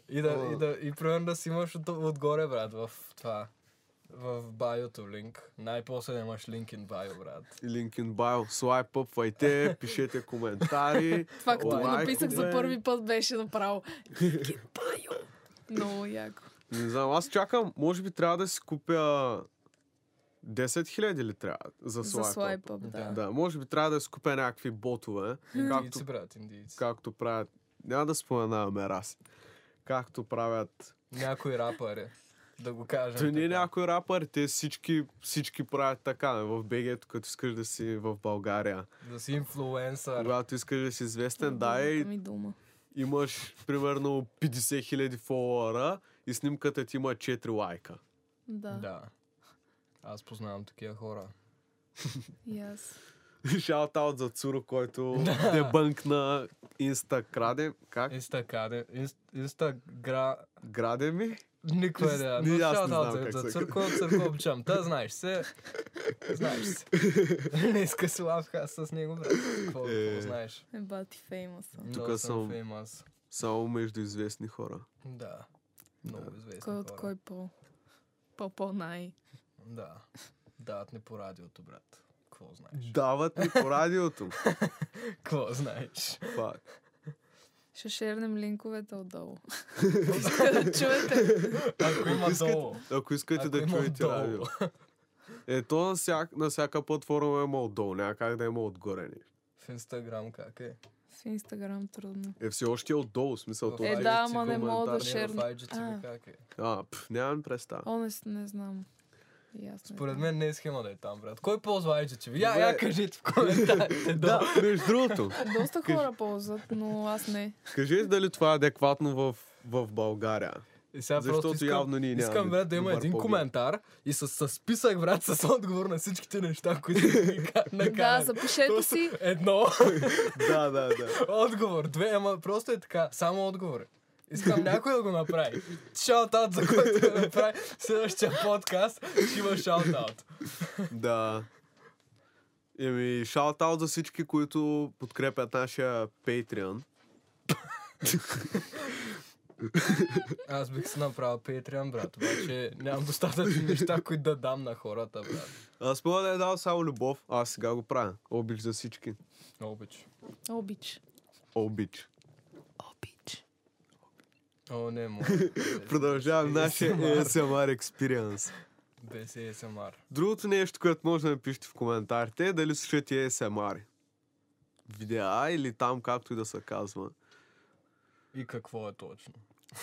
B: И, да,
A: О.
B: и, да, и примерно да си имаш от, отгоре, брат, в това, в байото линк. Най-после да имаш линк in bio, брат.
A: Link in bio, слайпъпвайте, пишете коментари.
C: Това като го
A: Лайкове.
C: написах за първи път беше направо. Кит Пайо. Много яко.
A: Не знам, аз чакам, може би трябва да си купя 10 хиляди ли трябва за
C: За
A: слайпъп?
C: слайпъп, да.
B: Да.
A: Да, може би трябва да си купя някакви ботове, както,
B: Индийци, брат, индийци.
A: както правят, няма да споменаваме раси, както правят,
B: Някой рапър е. Да го кажем.
A: то не е
B: така.
A: някой рапър, те всички, всички правят така, не? в БГ, като искаш да си в България,
B: Да си инфлуенсър.
A: когато искаш да си известен, да, и
C: Ми дума.
A: имаш примерно 50 хиляди фолуара и снимката ти има 4 лайка.
C: Да.
B: Да. Аз познавам такива хора.
C: И аз.
A: Шаутаут за Цуро, който дебънкна Инста краде. Как?
B: Е. Инстакаде. Инстагра...
A: Граде ми?
B: Никой не е. да.
A: Ни-
B: Но
A: аз не
B: шаут
A: знам
B: аут
A: как
B: за
A: се
B: църква, от църква обичам. Та, знаеш се. Знаеш се. не иска се лавка с него, брат. Какво,
A: Е.
B: какво знаеш?
C: Еба ти феймаса.
B: Много
A: съм.
B: famous.
A: Само между известни хора.
B: Да. Много известни
C: Кой от
B: хора.
C: кой по? По-по-най.
B: Да. Дават ни по радиото, брат. Какво знаеш?
A: Дават ни по радиото.
B: Какво знаеш?
A: Пак.
C: Ще шернем линковете отдолу. Иска да чуете.
B: Ако има
A: искате-
B: долу.
A: Ако искате
B: Ако
A: да
B: има
A: чуете
B: отдолу.
A: радио. Е, то на, всяк, на всяка платформа има отдолу, няма как да има отгоре. ни.
B: В Инстаграм как е?
C: В Инстаграм трудно.
A: Е, все още е отдолу, в смисъл
B: В
A: това.
C: Е,
B: IGTV
C: да, ама не мога да
B: коментар,
A: коментар.
B: В
C: шер-
B: IGTV
C: А.
B: как е?
A: А, пф, нямам представа.
C: О, не, с- не знам. И аз не
B: Според
C: знам.
B: мен не е схема да е там, брат. Кой ползва IGTV? Я,
A: Добре.
B: я кажете в коментарите.
A: Да, между другото,
C: Доста хора ползват, но аз не.
A: кажи дали това е адекватно в, в България.
B: И сега
A: Защото
B: просто искам,
A: явно ние нямаме
B: Искам, брат, да има
A: добър
B: един
A: поглед.
B: коментар и с, с списък, брат, с отговор на всичките неща, които ни ка-
C: Да,
B: накарали.
C: запишете
B: Просто
C: си.
B: Едно,
A: Да, да, да.
B: отговор, две, ама просто е така, само отговор. Искам някой да го направи. Шаутаут, за който го направи следващия подкаст, ще има шаутаут.
A: да. Еми, шаут-аут за всички, които подкрепят нашия Patreon.
B: Аз бих си направил Patreon, брат, обаче нямам достатъчно неща, които да дам на хората, брат.
A: Аз мога да я дал само любов, аз сега го правя. Обич за всички.
B: Много обич.
C: Обич.
A: Обич.
C: Обич.
B: О, не, мога.
A: Продължавам нашия Е
B: ASMR.
A: ASMR experience.
B: Без ASMR.
A: Другото нещо, което може да напишете в коментарите е дали слушате ASMR. Видеа или там, както и да се казва.
B: И какво е точно?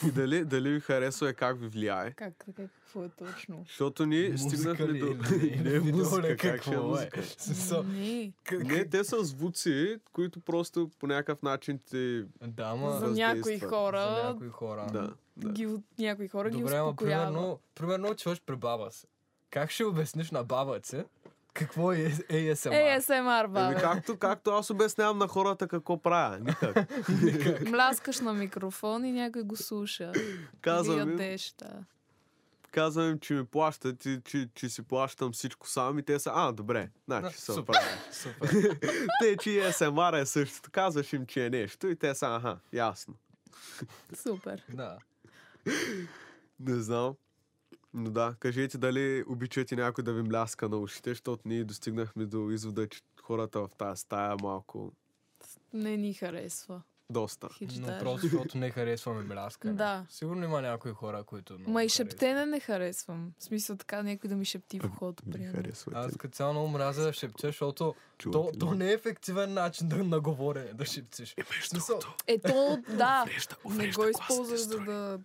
A: И дали, дали ви харесва и как ви влияе.
C: Как, как, какво е точно?
A: Защото ние
B: Музика
A: стигнахме
B: ли
A: до...
B: е или
A: не
B: или
A: е
B: видео ли
A: музика,
B: е,
A: как ще е
B: какво е?
A: музика.
B: В смисъл,
C: Не.
B: как-
A: Не, те са звуци, които просто по някакъв начин ти...
B: Да, ама
C: За
B: за
A: Въздейства.
C: някои
A: За
C: хора,
B: някои хора.
A: Да, да.
C: ги, от- някои хора ги
B: Добре, ама
C: успокоява.
B: примерно, примерно отиваш при баба си. Как ще обясниш на баба си какво е ASMR?
C: ASMR,
A: Еми,
C: баба.
A: както, както аз обяснявам на хората какво правя. Никак.
C: Мляскаш на микрофон и някой го слуша.
A: Казвам
C: Вие
A: им,
C: деща.
A: казвам им, че ми плащат и че, че си плащам всичко сам и те са, а, добре, значи
B: Да,
A: се
B: супер.
A: оправя.
B: Супер.
A: Те, че и СМР е същото. Казваш им, че е нещо и те са, аха, ясно.
C: Супер.
B: Да.
A: Не знам. Но да, кажете дали обичате някой да ви мляска на ушите, защото ние достигнахме до извода, че хората в тази стая малко
C: Не ни харесва.
A: доста.
C: Хич
B: Но
C: даже.
B: просто защото не харесваме мляскане.
C: Да.
B: Сигурно има някои хора, които много
C: Ма и
B: харесват.
C: шептене не харесвам. В смисъл така някой да ми шепти в ухото.
A: Не
C: примерно.
A: харесвате.
B: Аз като цяло много мразя да шепча, защото то,
A: Чувате ли?
B: то не е ефективен начин да наговорене, да шепчеш. В смисъл,
C: Ето, Е, да.
A: Врежда,
C: Не го използваш, за да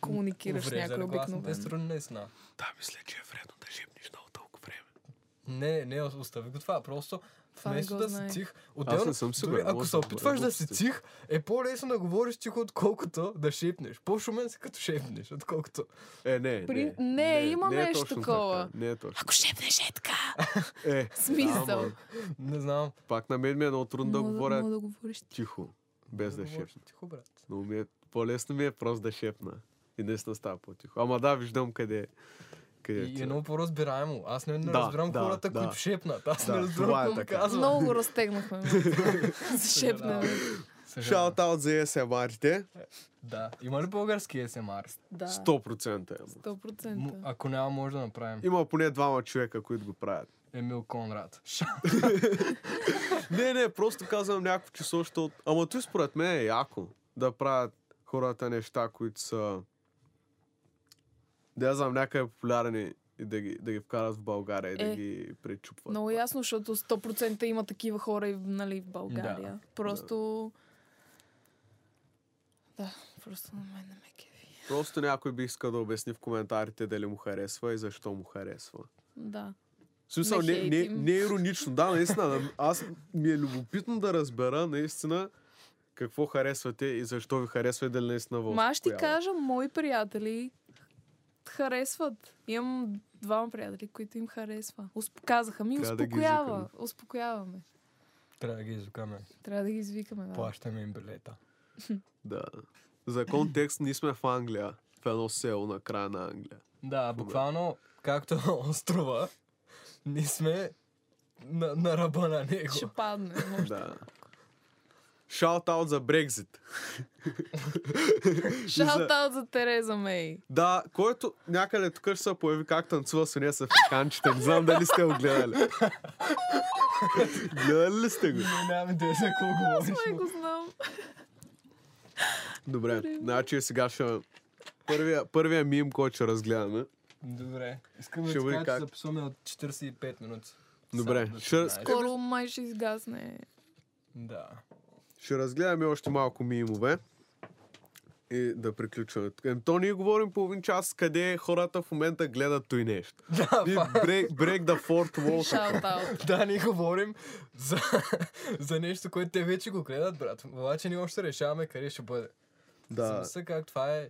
C: комуникираш с
B: уврежда
C: някой
B: гласните
C: обикновено.
B: струни, наистина.
A: Да, мисля, че е вредно да шепнеш много толкова време.
B: Не, не, остави го това. Просто
C: Това не
B: вместо
C: го
B: да
C: знае.
B: си тих,
A: Аз
B: отделно,
A: не съм
B: дори
A: сигурен.
B: ако
A: може
B: се
A: да
B: опитваш да си
A: глупости.
B: тих, е по-лесно да говориш тихо, отколкото да шепнеш. По-шумен си като шепнеш, отколкото.
A: Е, не,
C: При-
A: не.
C: не, има
A: не е
C: нещо
A: точно
C: такова.
A: Така. Не е точно.
C: Ако шепнеш е така.
A: Е,
C: Смисъл.
A: да, ама
B: Не знам.
A: пак на мен ми е много трудно да
C: Мога
A: говоря
C: мога да говориш.
A: тихо, без да
B: говориш
A: шепна.
B: Тихо, брат.
A: Но ми е, по-лесно ми е просто да шепна. И наистина става по-тихо. Ама да, виждам къде, къде
B: И е
A: отива.
B: много по-разбираемо. Аз не, не
A: Да,
B: разбирам
A: да,
B: хората,
A: да.
B: които шепнат. Аз
A: Да, това
B: не
A: е
B: разбирам какво ми
A: така.
B: казват.
C: Много го разтегнахме. Зашепнем.
B: Съжалявам.
A: Шаут-аут за ASMR-ите.
B: Да. Има ли български SMR?
C: Да.
A: 100% има.
C: 100%.
B: М- Ако няма, може да направим.
A: е, Има поне двама човека, които го правят.
B: Емил Конрад. Ша-
A: Не, не, просто казвам някакво число, защото... Ама той според мен е яко да правят хората неща, които са... Да я знам, някъде популярни и да ги, да ги вкарат в България и да
C: Е,
A: ги пречупват.
C: Много ясно, защото 100% има такива хора и в- нали, в България. Просто... Да, просто на мен не ме кеви.
A: Просто някой би искал да обясни в коментарите дали му харесва и защо му харесва.
C: Да.
A: В смисъл, не,
C: Не
A: не,
C: хейтим.
A: не е иронично. Да, наистина. на- Аз ми е любопитно да разбера наистина какво харесвате и защо ви харесва и дали наистина вълна.
C: Ма аз ще ти кажа, мои приятели харесват. Имам двама приятели, които им харесва. Усп... Казаха ми,
A: Трябва да ги
C: успокоява. успокояваме.
B: Трябва да ги изукаме.
C: Трябва да ги извикаме. Да.
B: Плащаме им билета.
A: Да. За контекст, ние сме в Англия. В едно село на края на Англия.
B: Да, буквално, както острова, ние сме на, на ръба на него.
C: Ще падне. Може.
A: Да. Шаут-аут за Брекзит.
C: Шаутаут за Тереза Мей.
A: Да, който някъде тук ще се появи как танцува с уния с африканчета. Не знам дали сте го гледали. гледали ли сте го?
B: Нямаме идея за какво говориш.
C: Аз
B: но-
C: май го знам.
A: Добре, значи сега ще... Първия, първия мим, който ще разгледаме.
B: Добре. Искам да
A: Ще
B: ти
A: бъде
B: кажа, че
A: как?
B: записваме от 45 минути.
A: Добре,
B: Само да
A: ще-
B: знаеш.
C: Скоро май ще изгасне.
B: Да.
A: Ще разгледаме още малко мимове. И да приключваме. Ем, то ние говорим половин час, къде хората в момента гледат той нещо.
B: Да,
A: И
B: факт.
A: break, break the fourth wall.
C: Шаутаут.
B: Да, ние говорим за, за нещо, което те вече го гледат, брат. Обаче ние още решаваме къде ще бъде.
A: Да.
B: Смисъл как това е...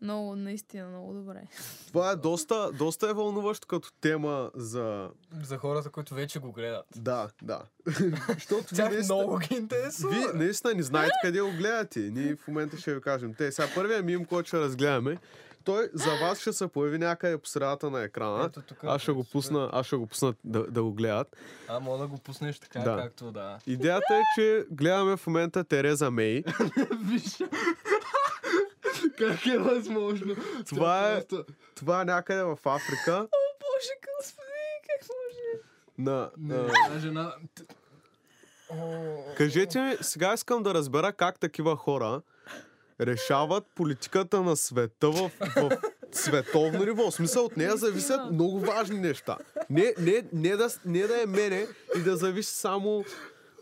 C: Много, наистина, много добре.
A: Това е доста, доста е вълнуващо като тема за...
B: За хората, които вече го гледат.
A: Да, да. Защото вие
B: Тях
A: наистина-
B: много ги интересува.
A: Вие
B: бе.
A: наистина не знаете къде го гледате. Ние в момента ще ви кажем. Те, сега първия мим, който ще разгледаме, той за вас ще се появи някъде по средата на екрана.
B: Ето тук.
A: Аз ще го
B: Супер.
A: пусна, аз ще го пусна да, да го гледат.
B: А, мога да го пуснеш така,
A: Да.
B: както да.
A: Идеята е, че гледаме в момента Тереза Мей.
B: Виж. как е възможно?
A: Това е, това е някъде в Африка.
C: Боже, господи, как може?
A: На, а,
B: жена...
A: кажете ми, сега искам да разбера как такива хора решават политиката на света в, в световно ниво. В смисъл от нея зависят много важни неща. Не, не, не, да, с- не да е мене и да зависи само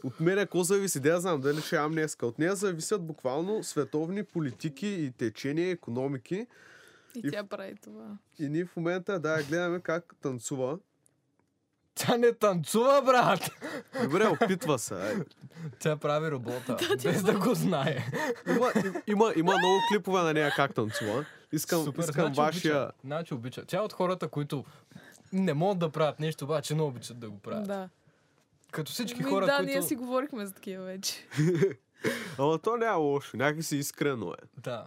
A: от мене какво зависи. Да я знам дали ще ям днеска. От нея зависят буквално световни политики и течения, економики.
C: И тя прави това.
A: И ние в момента, да, я гледаме как танцува.
B: Тя не танцува, брат!
A: Добре, опитва се. Ай.
B: Тя прави работа, без да го знае.
A: Има, има, има много клипове на нея как танцува. Искам,
B: Супер,
A: искам
B: значи
A: вашия...
B: Обича, значи обича. Тя е от хората, които не могат да правят нещо, обаче не обичат да го правят.
C: Да.
B: Като всички
C: Ми,
B: хора,
C: да,
B: които...
C: ние си говорихме за такива вече.
A: Ама то не е лошо, някакси искрено е.
B: Да.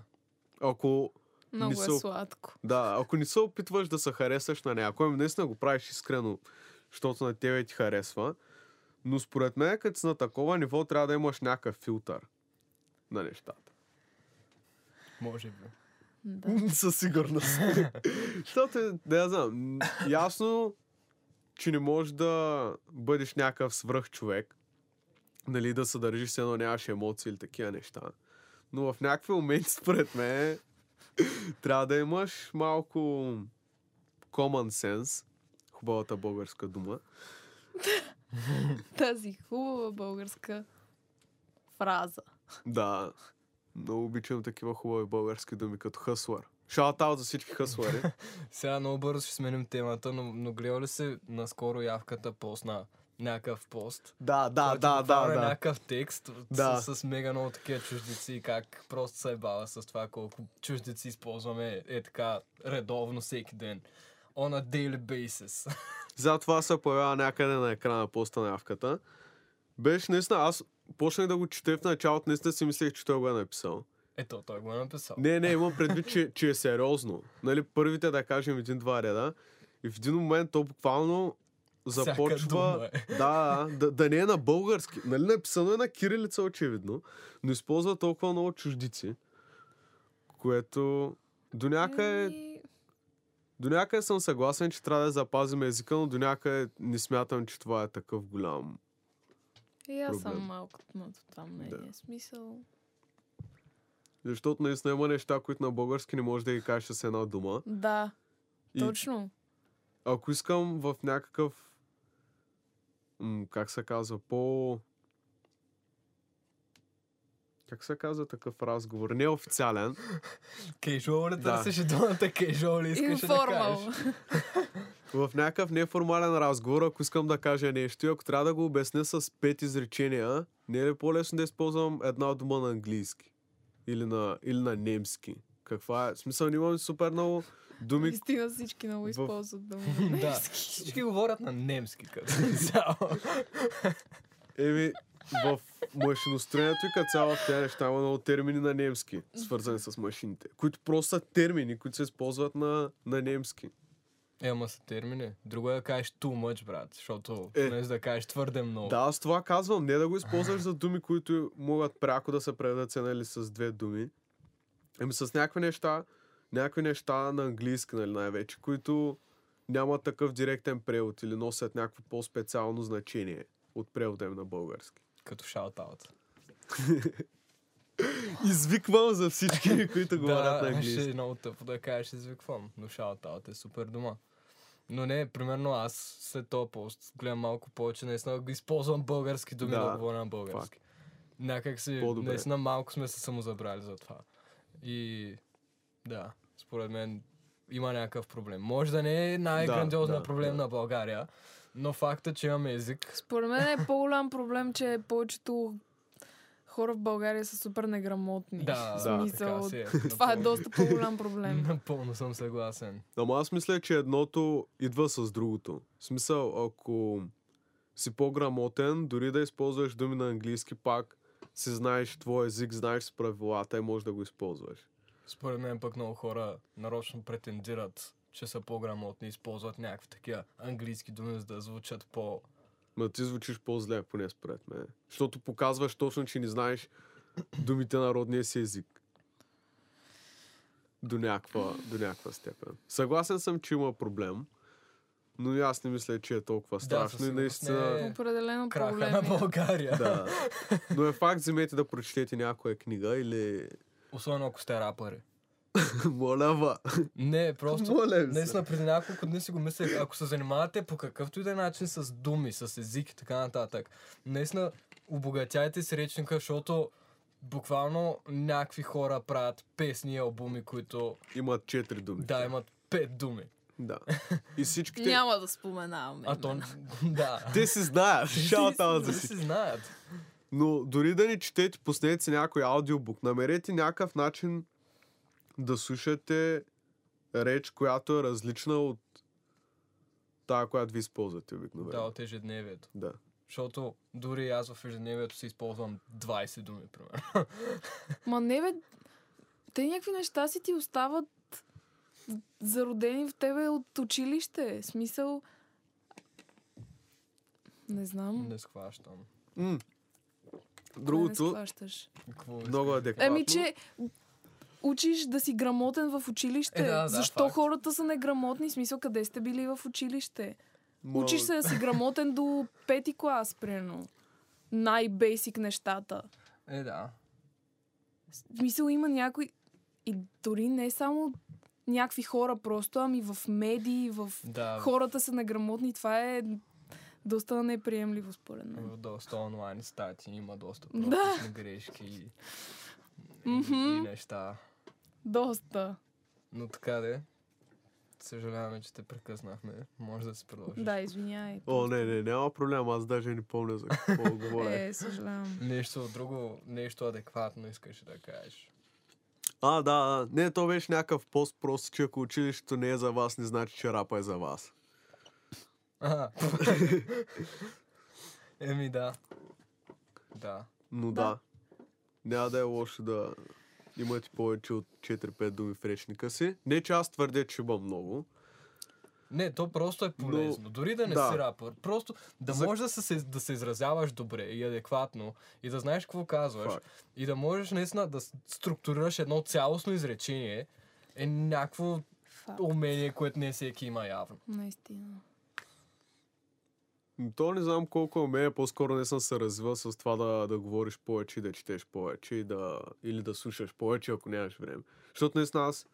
A: Ако,
C: Много
A: са-
C: е сладко.
A: да, ако не се опитваш да се харесаш на някой, ами наистина го правиш искрено, защото на тебе ти харесва. Но според мен, като си на такова ниво, трябва да имаш някакъв филтър на нещата.
B: Може би.
C: Да.
A: Със сигурност. Защото, да я знам, ясно, че не можеш да бъдеш някакъв свръхчовек, нали, да се държиш с едно нямаш емоции или такива неща. Но в някакви моменти, според мен, трябва да имаш малко common sense, хубавата българска дума.
C: Тази хубава българска фраза.
A: Да, много обичам такива хубави български думи, като хъслър. Шаут за всички хъслъри.
B: Сега много бързо ще сменим темата, но, но гледал ли се наскоро явката посна някакъв пост?
A: да, да,
B: който
A: да, да,
B: буквално е
A: да.
B: някакъв текст
A: Да.
B: да. с, с мега много такива чуждици и как просто се бава с това колко чуждици използваме е така редовно всеки ден. On a daily basis.
A: Затова се появява някъде на екрана поста на явката. Беше наистина, аз почнах да го чета в началото, наистина си мислех, че той го е написал.
B: Ето, той го е написал.
A: Не, не, имам предвид, че, че е сериозно. Нали, първите, да кажем, един-два реда. И в един момент то буквално
B: Всяка
A: започва...
B: дума е.
A: Да, да, да не е на български. Нали, написано е на кирилица, очевидно, но използва толкова много чуждици, което до
B: е
A: някъде...
C: Ами,
A: До някъде съм съгласен, че трябва да запазим езика, но до някъде не смятам, че това е такъв голям.
C: И аз съм
A: проблем.
C: малко на това мнение. Смисъл.
A: Защото наистина има неща, които на български не може да ги кажеш с една дума.
C: Да,
A: И
C: точно.
A: ако искам в някакъв... М- как се казва? По... Как се казва такъв разговор? Неофициален.
B: Кейжуал ли
A: Да.
B: търсеше думата кейжуал ли искаш да
C: Информал.
B: кажеш?
A: В някакъв неформален разговор, ако искам да кажа нещо, и ако трябва да го обясня с пет изречения, не е ли по-лесно да използвам една дума на английски? Или на, или на немски? Каква е? В смисъл, имам супер много думи.
C: Истина всички много
A: В-
C: използват дума.
B: Ами- Да.
C: Немски.
B: Всички говорят на немски като цяло.
A: Еми, в машиностроенето и като цяло в тези неща има много термини на немски, свързани с машините, които просто са термини, които се използват на, на немски.
B: Е, ама са термини. Друго е да кажеш too much, брат, защото
A: Е.
B: е. вместо да кажеш твърде много.
A: Да, аз това казвам. Не да го използваш за думи, които могат пряко да се преведат се, нали, с две думи. Ами с някакви неща, някакви неща на английски, нали, най-вече, които нямат такъв директен превод или носят някакво по-специално значение от превода им на български.
B: Като шаут-аут.
A: Извиквам за всички, които говорят на
B: Да, ще
A: английски.
B: е много тъпо да кажеш извиквам, но шаут-аут е супер дума. Но не, примерно аз след този пост гледам малко повече, наистина го използвам български думи,
A: Да,
B: да, да говоря на български. Някак си,
A: По-добре.
B: наистина малко сме се самозабрали за това. И да, според мен има някакъв проблем. Може да не е най-грандиозният
A: да,
B: проблем
A: да.
B: на България, но факта, че имаме език,
C: Според мен е по-голям проблем, че повечето хора в България са супер неграмотни.
B: да,
C: В
A: да,
B: така
C: смисъл,
B: си е.
C: това е
B: Напълно-
C: доста по-голям проблем.
B: Напълно съм съгласен.
A: Ама аз мисля, че едното идва с другото. В смисъл, ако си по-грамотен, дори да използваш думи на английски, пак си знаеш твой език, знаеш си правилата и можеш да го използваш.
B: Според мен пък много хора нарочно претендират, че са по-грамотни, използват някакви такива английски думи, за да звучат по...
A: Ма ти звучиш по-зле, поне според мен. Защото показваш точно, че не знаеш думите на родния си език. До някаква, до някаква степен. Съгласен съм, че има проблем, но и аз не мисля, че е толкова
B: със
A: страшно и
B: сигурност не
A: наистина...
B: е
C: Определено
B: Краха
C: проблем.
B: на
C: е.
B: България.
A: Да. Но е факт, вземете да прочетете някоя книга или...
B: Особено ако сте рапъри.
A: Моля ва.
B: Не, просто...
A: Моля ви се.
B: Наистина, преди няколко дни си го мислех, ако се занимавате по какъвто и да е начин с думи, с език и така нататък, наистина обогатяйте си речника, защото буквално някакви хора правят песни и албуми, които
A: Имат четири думи.
B: да имат пет думи.
A: да. И всичките...
C: Няма да споменаваме.
B: А то... Да.
A: Те си знаят. Шаут аут за
B: Те
A: всички.
B: си знаят.
A: Но дори да не четете, пуснете си някой аудиобук. Намерете някакъв начин да слушате реч, която е различна от тая, която ви използвате
B: Да,
A: обикновено.
B: от ежедневието.
A: Да.
B: Защото дори аз в ежедневието си използвам 20 думи, примерно.
C: Ма не бе, те някакви неща си ти остават зародени в тебе от училище. Смисъл... Не знам.
B: Не схващам.
A: М.
C: Не
A: Другото,
C: схващаш.
B: Какво иска?
A: много адекватно.
C: Еми, е Ами, че учиш да си грамотен в училище.
B: Е, да, да,
C: Защо
B: факт.
C: хората са неграмотни? Смисъл, къде сте били в училище?
A: Ма-
C: Учиш се да си грамотен до пети клас, примерно. Най-бейсик нещата.
B: Е, да.
C: Мисъл, има някой... И дори не само някакви хора просто, ами в медии, в...
B: Да,
C: Хората са неграмотни. Това е доста неприемливо, според мен.
B: в доста онлайн статии има доста
C: Да.
B: пропусни грешки и, и-
C: Мгм.
B: и неща.
C: Доста.
B: Но така де, съжаляваме, че те прекъснахме. Може да се продължиш.
C: Да, извинявай.
A: О, не, не, няма проблем. Аз даже не помня за какво говоря.
C: Е, съжалявам.
B: Нещо друго, нещо адекватно искаш да кажеш.
A: А, да, да. Не, то беше някакъв пост, просто че ако училището не е за вас, не значи, че рапа е за вас.
B: А. Еми да. Да.
A: Но да.
C: Да.
A: да. Няма да е лошо да имате повече от 4-5 думи в речника си. Не, че аз твърдя, че имам много.
B: Не, то просто е полезно. Но, Дори да не
A: да.
B: си рапър, просто да
A: За-
B: можеш да се, да се изразяваш добре и адекватно и да знаеш какво казваш
A: Факт.
B: и да можеш наистина да с- структурираш едно цялостно изречение е някакво
C: Факт.
B: умение, което не всеки има явно.
C: Наистина.
A: Но то не знам колко е мен, по-скоро не съм се развил с това да, да говориш повече и да четеш повече и да, или да слушаш повече, ако нямаш време. Защото наистина аз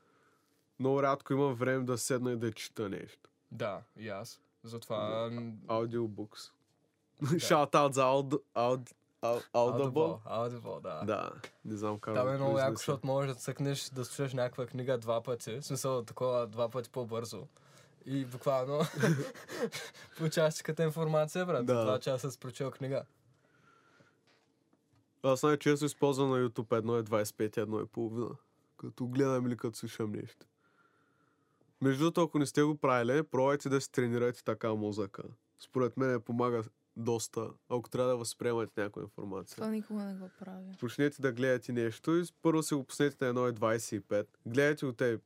A: много рядко имам време да седна и да чета нещо.
B: Да, и аз. Затова... м,
A: Аудиобукс. Shout out за Audible. Aud- Aud- Audible.
B: Audible, да.
A: Да, не знам как
B: Там е
A: го
B: много яко,
A: произнеса.
B: защото можеш да цъкнеш да слушаш някаква книга два пъти. В смисъл такова два пъти по-бързо. И буквално получаваш циката информация, брат.
A: Да.
B: Да. Два часа си прочел книга.
A: Аз най-често използвам на YouTube 1.25 и 1.5, като гледам или като слушам нещо. Между другото, ако не сте го правили, пробвайте да си тренирате така мозъка. Според мен помага доста, ако трябва да възприемате някаква информация.
C: Това никога не го правя.
A: Почнете да гледате нещо и първо си го пуснете на 1.25. Гледайте го те,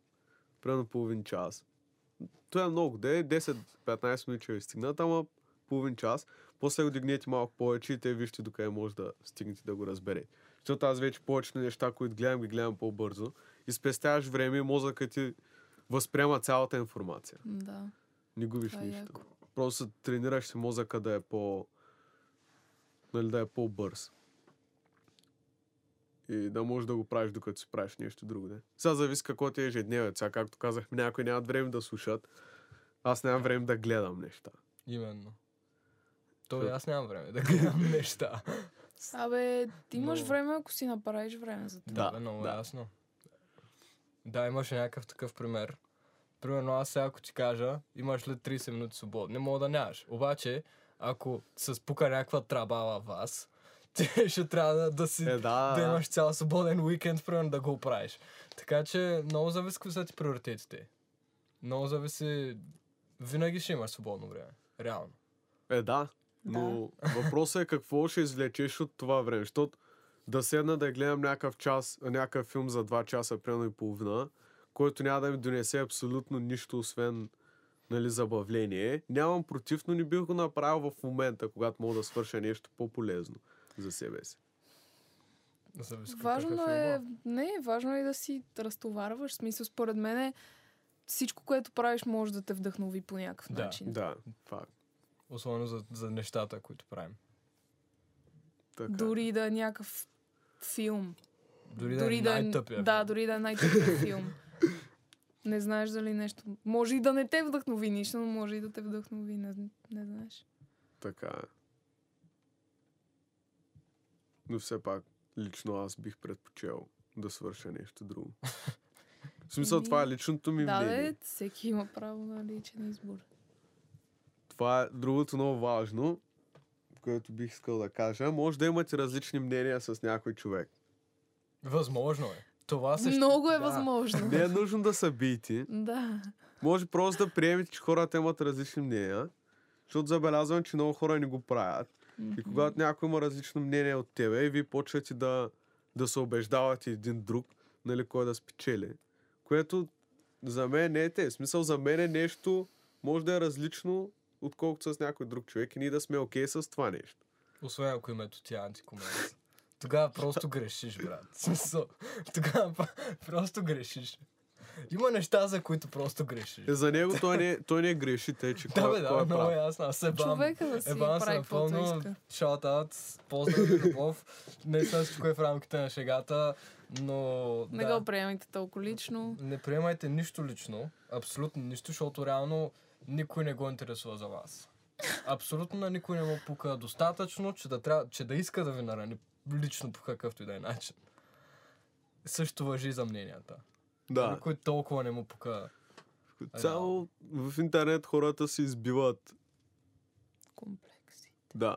A: примерно половин час. Това е много, де 10-15 минути ще стигнат, ама половин час. После го дигнете малко повече и те вижте докъде може да стигнете да го разберете. Защото аз вече повечето неща, които гледам, ги гледам по-бързо. И спестяваш време и мозъкът ти възприема цялата информация.
C: Да.
A: Не губиш
C: Това е
A: нищо.
C: яко.
A: Просто тренираш си мозъка да е по... Нали, да е по-бърз. И да можеш да го правиш, докато си правиш нещо друго. Не? Сега зависи какво ти е ежедневие. Сега, както казахме, някои нямат време да слушат. Аз нямам време да гледам неща.
B: Именно. То и
A: Защото-
B: аз нямам време да гледам неща.
C: Абе, ти имаш
B: Но-
C: време, ако си направиш време за това.
B: Да, да Е, много да.
A: да.
B: ясно. Да, имаше някакъв такъв пример. Примерно аз сега, ако ти кажа, имаш ли 30 минути свободни, не мога да нямаш. Обаче, ако се спука някаква траба във вас, ти ще трябва да, да си...
A: Е, да,
B: да
A: да.
B: имаш цял свободен уикенд, примерно, да го оправиш. Така че много зависи какви са ти приоритетите. Много зависи... Винаги ще имаш свободно време. Реално.
A: Е, да. Но въпросът е какво ще извлечеш от това време. Защото да седна да гледам някакъв час, някакъв филм за 2 часа, примерно и половина, който няма да ми донесе абсолютно нищо, освен нали, забавление. Нямам против, но не бих го направил в момента, когато мога да свърша нещо по-полезно за себе си.
B: Зависи какъв
C: Важно е,
B: филма.
C: не, важно е да си разтоварваш. В смисъл, според мен е, всичко, което правиш, може да те вдъхнови по някакъв
B: Да.
C: начин.
A: Да, факт.
B: Особено за, за нещата, които правим.
A: Така.
C: Дори да е някакъв филм.
B: Дори, дори да е най-тъпия.
C: Да,
B: филм.
C: дори да е най-тъпия филм. Не знаеш дали нещо... Може и да не те вдъхнови нищо, но може и да те вдъхнови. Не, не знаеш.
A: Така е. Но все пак, лично аз бих предпочел да свърша нещо друго. В смисъл,
C: Еми,
A: това е личното ми
C: да,
A: мнение.
C: бе, всеки има право нали, на личен избор.
A: Това е другото много важно, което бих искал да кажа. Може да имате различни мнения с някой човек.
B: Възможно е. Това също...
C: Много е
B: да.
C: възможно.
A: Не е нужно да са бити.
C: да.
A: Може просто да приемете, че хората имат различни мнения. Защото забелязвам, че много хора не го правят. И когато някой има различно мнение от тебе и вие почвате да, да се убеждавате един друг, нали, кой да спечели. Което за мен не е те. В смисъл, за мен е нещо, може да е различно, отколкото с някой друг човек и ние да сме окей с това нещо.
B: Освен ако името ти е антикомедия. Тогава просто грешиш, брат. В Смисъл. Тогава па- просто грешиш. Има неща, за които просто грешиш.
A: Е, За него той не, той не греши, тъй че
B: Да,
A: кой-
B: бе,
A: кой
B: да,
A: е
B: много
A: прав.
B: ясно. Аз се бам.
C: Човека да си
B: Ебан
C: прави
B: се
C: каквото
B: напълно.
C: иска.
B: Шаут-аут. Поздрав, любов. Не съм всичко е в рамките на шегата, но...
C: Не
B: да.
C: го приемайте толкова лично.
B: Не приемайте нищо лично, абсолютно нищо, защото реално никой не го интересува за вас. Абсолютно на никой не му пука достатъчно, че да, трябва, че да иска да ви нарани лично по какъвто и да е начин. Също въжи и за мненията.
A: Да.
B: Никой толкова не му пука. Е,
A: Като Цяло в интернет хората се избиват,
C: Комплекси.
A: да,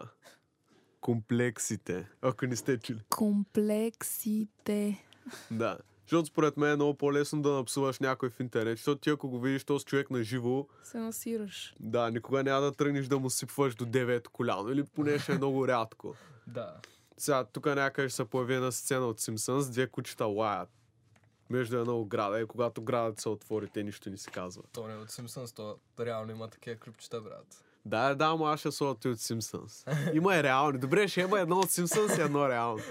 A: комплексите, ако не сте чули.
C: Комплексите.
A: Да. Защото според мен е много по-лесно да напсуваш някой в интернет, защото ти ако го видиш този човек на живо,
C: Се насираш.
A: да, никога няма да тръгнеш да му сипваш до девето коляно или поне ще е много рядко.
B: Да.
A: Сега, тук някъде ще се появи една сцена от Симпсънс, две кучета лаят между една ограда и когато градът се отвори, те нищо не се казва.
B: То не е от Симпсънс, то реално има такива клипчета, брат.
A: Да, да, ама аз ще са от Симпсънс. Има и реални. Добре, ще има едно от Симпсънс и едно реално.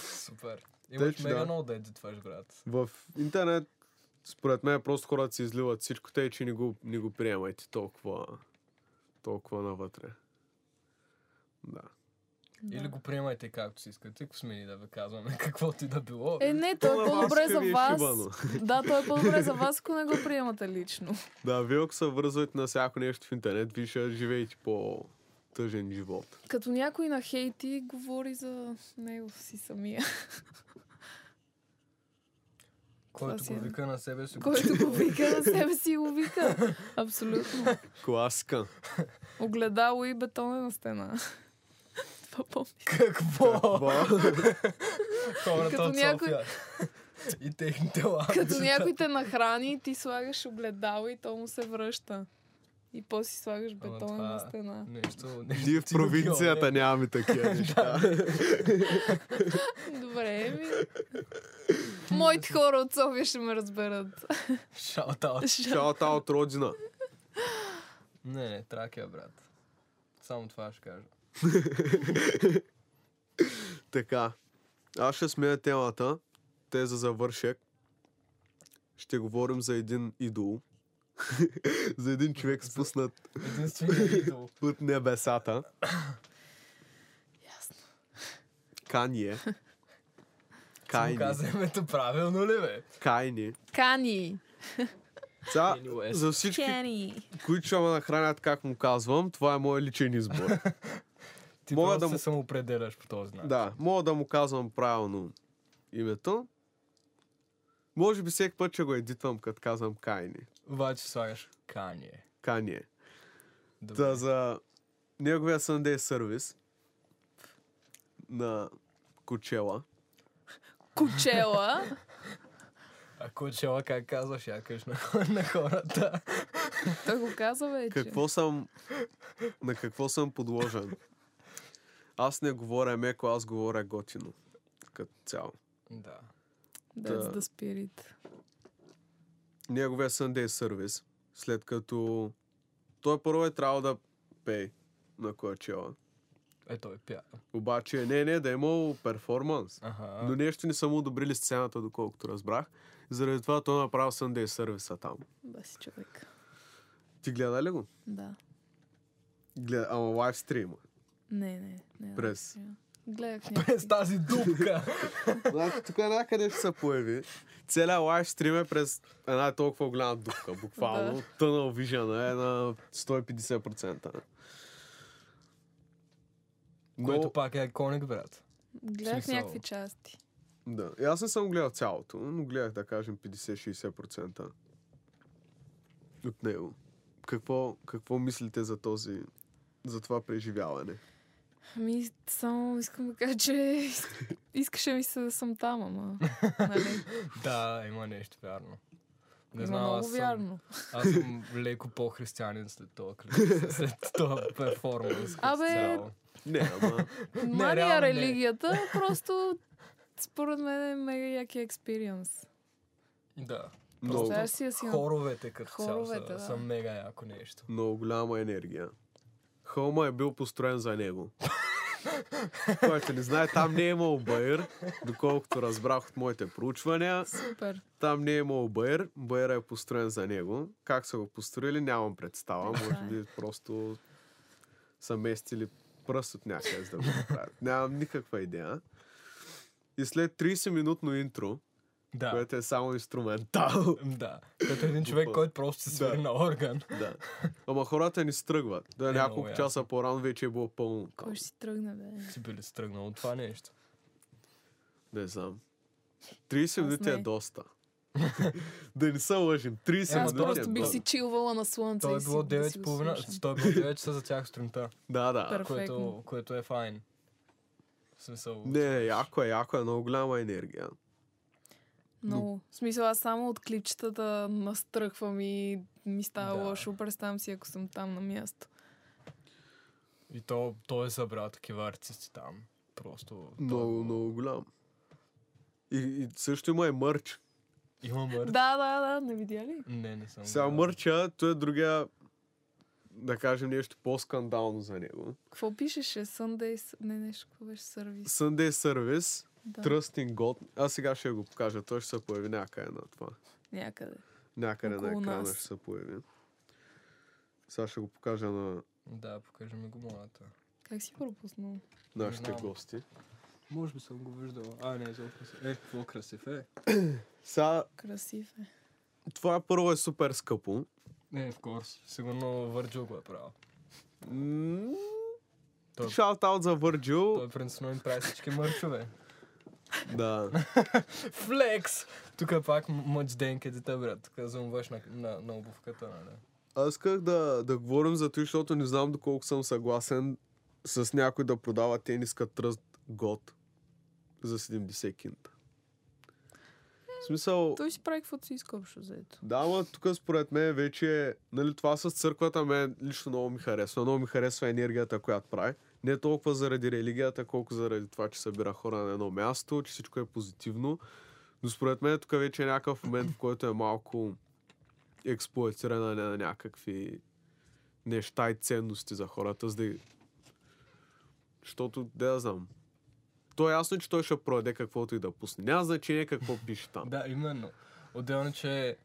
B: Супер. Имаш
A: Тъч,
B: мега
A: да.
B: много да едитваш, брат.
A: В интернет, според мен, просто хората си изливат всичко, тъй че не го, не го приемайте толкова, толкова навътре. Да.
C: Да.
B: Или го приемайте както си искате, ако сме ни да ви казваме каквото и да било.
C: Е, не, той е
A: на вас
C: по-добре
A: ще
C: за
A: ви е
C: вас.
A: шибано.
C: Да, той е по-добре за вас, ако не го приемате лично.
A: Да, вие ако се връзвате на всяко нещо в интернет, вие ще живеете по-тъжен живот.
C: Като някой на хейти говори за него си самия,
B: Който
C: си
B: го
C: е.
B: вика на себе си,
C: който го вика на себе си го вика. Абсолютно.
A: Класика.
C: Огледало и бетонена стена. Това помня.
B: какво?
C: Като
B: Хората от
C: някой-
B: София. И техните лапи.
C: Като някой те нахрани, ти слагаш огледало и то му се връща. И после си слагаш
B: Ама
C: бетонена
B: това-
C: стена.
B: Нещо, нещо
A: Ние в
B: ти го
A: провинцията
B: било,
A: нямаме такива неща.
C: Добре, ами. ми. Моите хора от София ще ме разберат.
B: не? Шаут-аут.
A: Шаут от родина.
B: Не, не, Тракия, брат. Само това ще кажа.
A: Така. Аз ще смея темата. Те за завършек. Ще говорим за един идол. за един човек спуснат
B: Единственият идол.
A: от небесата.
C: Ясно.
A: Кание.
B: Кайни.
A: е. Кайни.
B: Каза името е правилно ли, бе?
A: Кайни.
C: Кани.
A: Сега,
B: Кайни Уест.
A: за всички,
C: Кани.
A: които ще ме нахранят, как му казвам, това е моят личен избор.
B: Ти
A: Мога
B: Мога да
A: да му-
B: се самоопределяш по този начин.
A: Да, мога да му казвам правилно името. Може би всеки път ще го едитвам, като казвам Кайни.
B: Обаче слагаш Кание.
A: Кание.
B: Добре.
A: е. Та за неговия Sunday Service на Кучела.
C: Кучела.
B: Ако чела, как казваш, я кажеш на, на хората.
C: Той го каза вече.
A: Какво съм... На какво съм подложен? Аз не говоря меко, аз говоря готино. Като цяло.
B: Да.
C: That's
A: Да.
C: the spirit.
A: неговия Sunday Service, след като той първо е трябвало да пее на Коачела.
B: Е, той пя.
A: Обаче, не, не, да е имал перформанс.
B: Аха.
A: Но нещо не са му одобрили сцената, доколкото разбрах. Заради това той направил Sunday Service там.
C: Баси човек.
A: Ти гледа ли го?
C: Да.
A: Гледа, ама лайв стрима.
C: Не, не. не
A: През.
C: Да. Гледах
B: През
C: някакви.
B: Е, тази дупка.
A: Значи, тук някъде ще се появи. Целият лайв стрим е през една толкова голяма дупка, буквално.
C: Да.
A: Тънал вижена е на 150%. Но-
B: Което пак е иконик, брат.
C: Гледах
B: смисъл.
C: някакви части.
A: Да. И аз не съм гледал цялото, но гледах, да кажем, 50-60% от него. Какво, какво мислите за този за това преживяване?
C: Ами, само искам да кажа, че иск- искаше ми се да съм там, ама. Нали?
B: Да, има нещо вярно. Не
C: Има
B: знам,
C: много
B: аз съм,
C: вярно.
B: аз съм леко по-християнин след този клип, след този перформанс. като
C: Абе,
B: цяло.
A: Не, ама...
C: Мания
B: реално не.
C: религията, просто според мен е мега яки експириенс.
B: Да.
A: много,
C: Представяш си да си на...
B: Хоровете като цяло са,
C: Хоровете, да.
B: са мега яко нещо.
A: много голяма енергия. Хълма е бил построен за него. Който не знае, там не е имал баир, доколкото разбрах от моите проучвания.
C: Супер.
A: Там не е имал баир, баир е построен за него. Как са го построили, нямам представа. Може би просто са местили пръст от някъде, за да го направят. Нямам никаква идея. И след 30-минутно интро,
B: Да.
A: което е само инструментал,
B: Да. Като един човек,
A: Тупа.
B: който просто се свири
A: Да.
B: на орган.
A: да. Ама хората ни стръгват. Да,
B: Е, много
A: няколко
B: ясно.
A: часа по-рано вече е било пълно. там.
C: Кой ще си тръгне, бе?
B: Си били стръгнал от това нещо.
A: Не знам. 30
C: Аз
A: минути е
C: не.
A: доста. да не се лъжим. 30
B: Ема
C: Аз
A: минути е
C: просто бих
A: доста.
C: си чилвала на слънце.
B: Той е
C: и си-
B: било
C: да си го
B: 9.30,
C: слушам.
B: той е било 9 часа за тях сутринта,
A: Да, да.
C: Перфектно.
B: което, което е файн. В смисъл...
A: Не, яко е, яко е. Много голяма енергия.
C: Много. В смисъл, аз само от клипчетата настръхвам и ми става
B: Да.
C: лошо. Представям си, ако съм там на място.
B: И то, той е събрал такива артисти там. Просто...
A: Много,
B: той-
A: много голям. И, и също има и мърч.
B: Има мърт.
C: Да, да, да, не видя ли?
B: Не, не съм.
A: Сега
B: гледал.
A: мърча, той е другия, да кажем нещо по-скандално за него.
C: Какво пишеше? Sunday... с- Не, нещо, какво беше сервис.
A: Sunday Service,
C: Да,
A: Trusting God. Аз сега ще го покажа, той ще се появи някъде на това.
C: някъде.
A: Някъде на
C: Около
A: екрана
C: нас.
A: ще се появи. Сега ще го покажа на
B: Да, покажи ми го моята.
C: Как си пропуснал?
A: нашите
B: знам.
A: гости.
B: Може би съм го виждал. А, не, изобщо се. Е, какво красив е.
A: Сега,
C: Красив е.
A: това първо е супер скъпо.
B: Не, в курс. Сигурно Върджил го е правил.
A: М,
B: Той-
A: Шаут-аут за Върджил.
B: Той принципно им прави всички мърчове.
A: Да.
B: Флекс! Тук е пак м- мъч денкетите, брат. Тук замуваш на, на, на обувката, нали?
A: Аз исках да, да говорим за това, защото не знам доколко съм съгласен с някой да продава тениска тръст год за 70 кинта. В смисъл,
C: Той си прави каквото си иска общо заето.
A: да, ма тук според мен вече, е- нали, това с църквата мен лично много ми харесва. Много ми харесва енергията, която прави. Не толкова заради религията, колко заради това, че събира хора на едно място, че всичко е позитивно. Но според мен тук вече е някакъв момент, в който е малко експлуатиране на някакви неща и ценности за хората, за да ги... Защото, да я знам. То е ясно, че той ще продаде каквото и да пусне. Няма значение какво пише там.
B: Да, именно. Отделно, че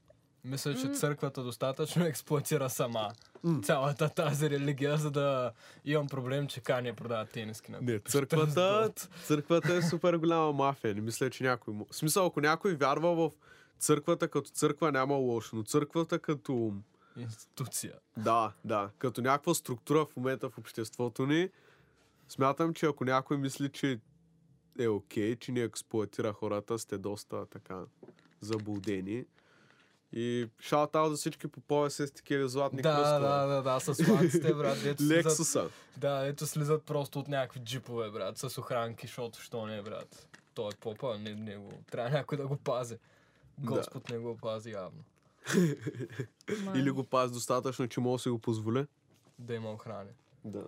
B: мисля, че
C: М.
B: църквата достатъчно експлуатира сама
A: М.
B: цялата тази религия, за да имам проблем, че Кани продава тениски. на-
A: Не, църквата, църквата е супер голяма мафия. Не мисля, че някой... му- В смисъл, ако някой вярва в църквата като църква, няма лошо. Но църквата като...
B: Институция.
A: Да, да. Като някаква структура в момента в обществото ни, смятам, че ако някой мисли, че е окей, че не експлуатира хората, сте доста така заблудени. И шаут за всички попове с такива златни
B: Да,
A: кръстове.
B: да, да, да, с флаците, брат, дето слизат,
A: Лексуса.
B: да, дето слизат просто от някакви джипове, брат, с охранки, защото що не, брат. Той е попа, не, не го, трябва някой да го пази.
A: Да.
B: Господ не го пази явно.
C: Ма,
A: Или го пази достатъчно, че мога да си го позволя.
B: Да има охрана.
A: Да.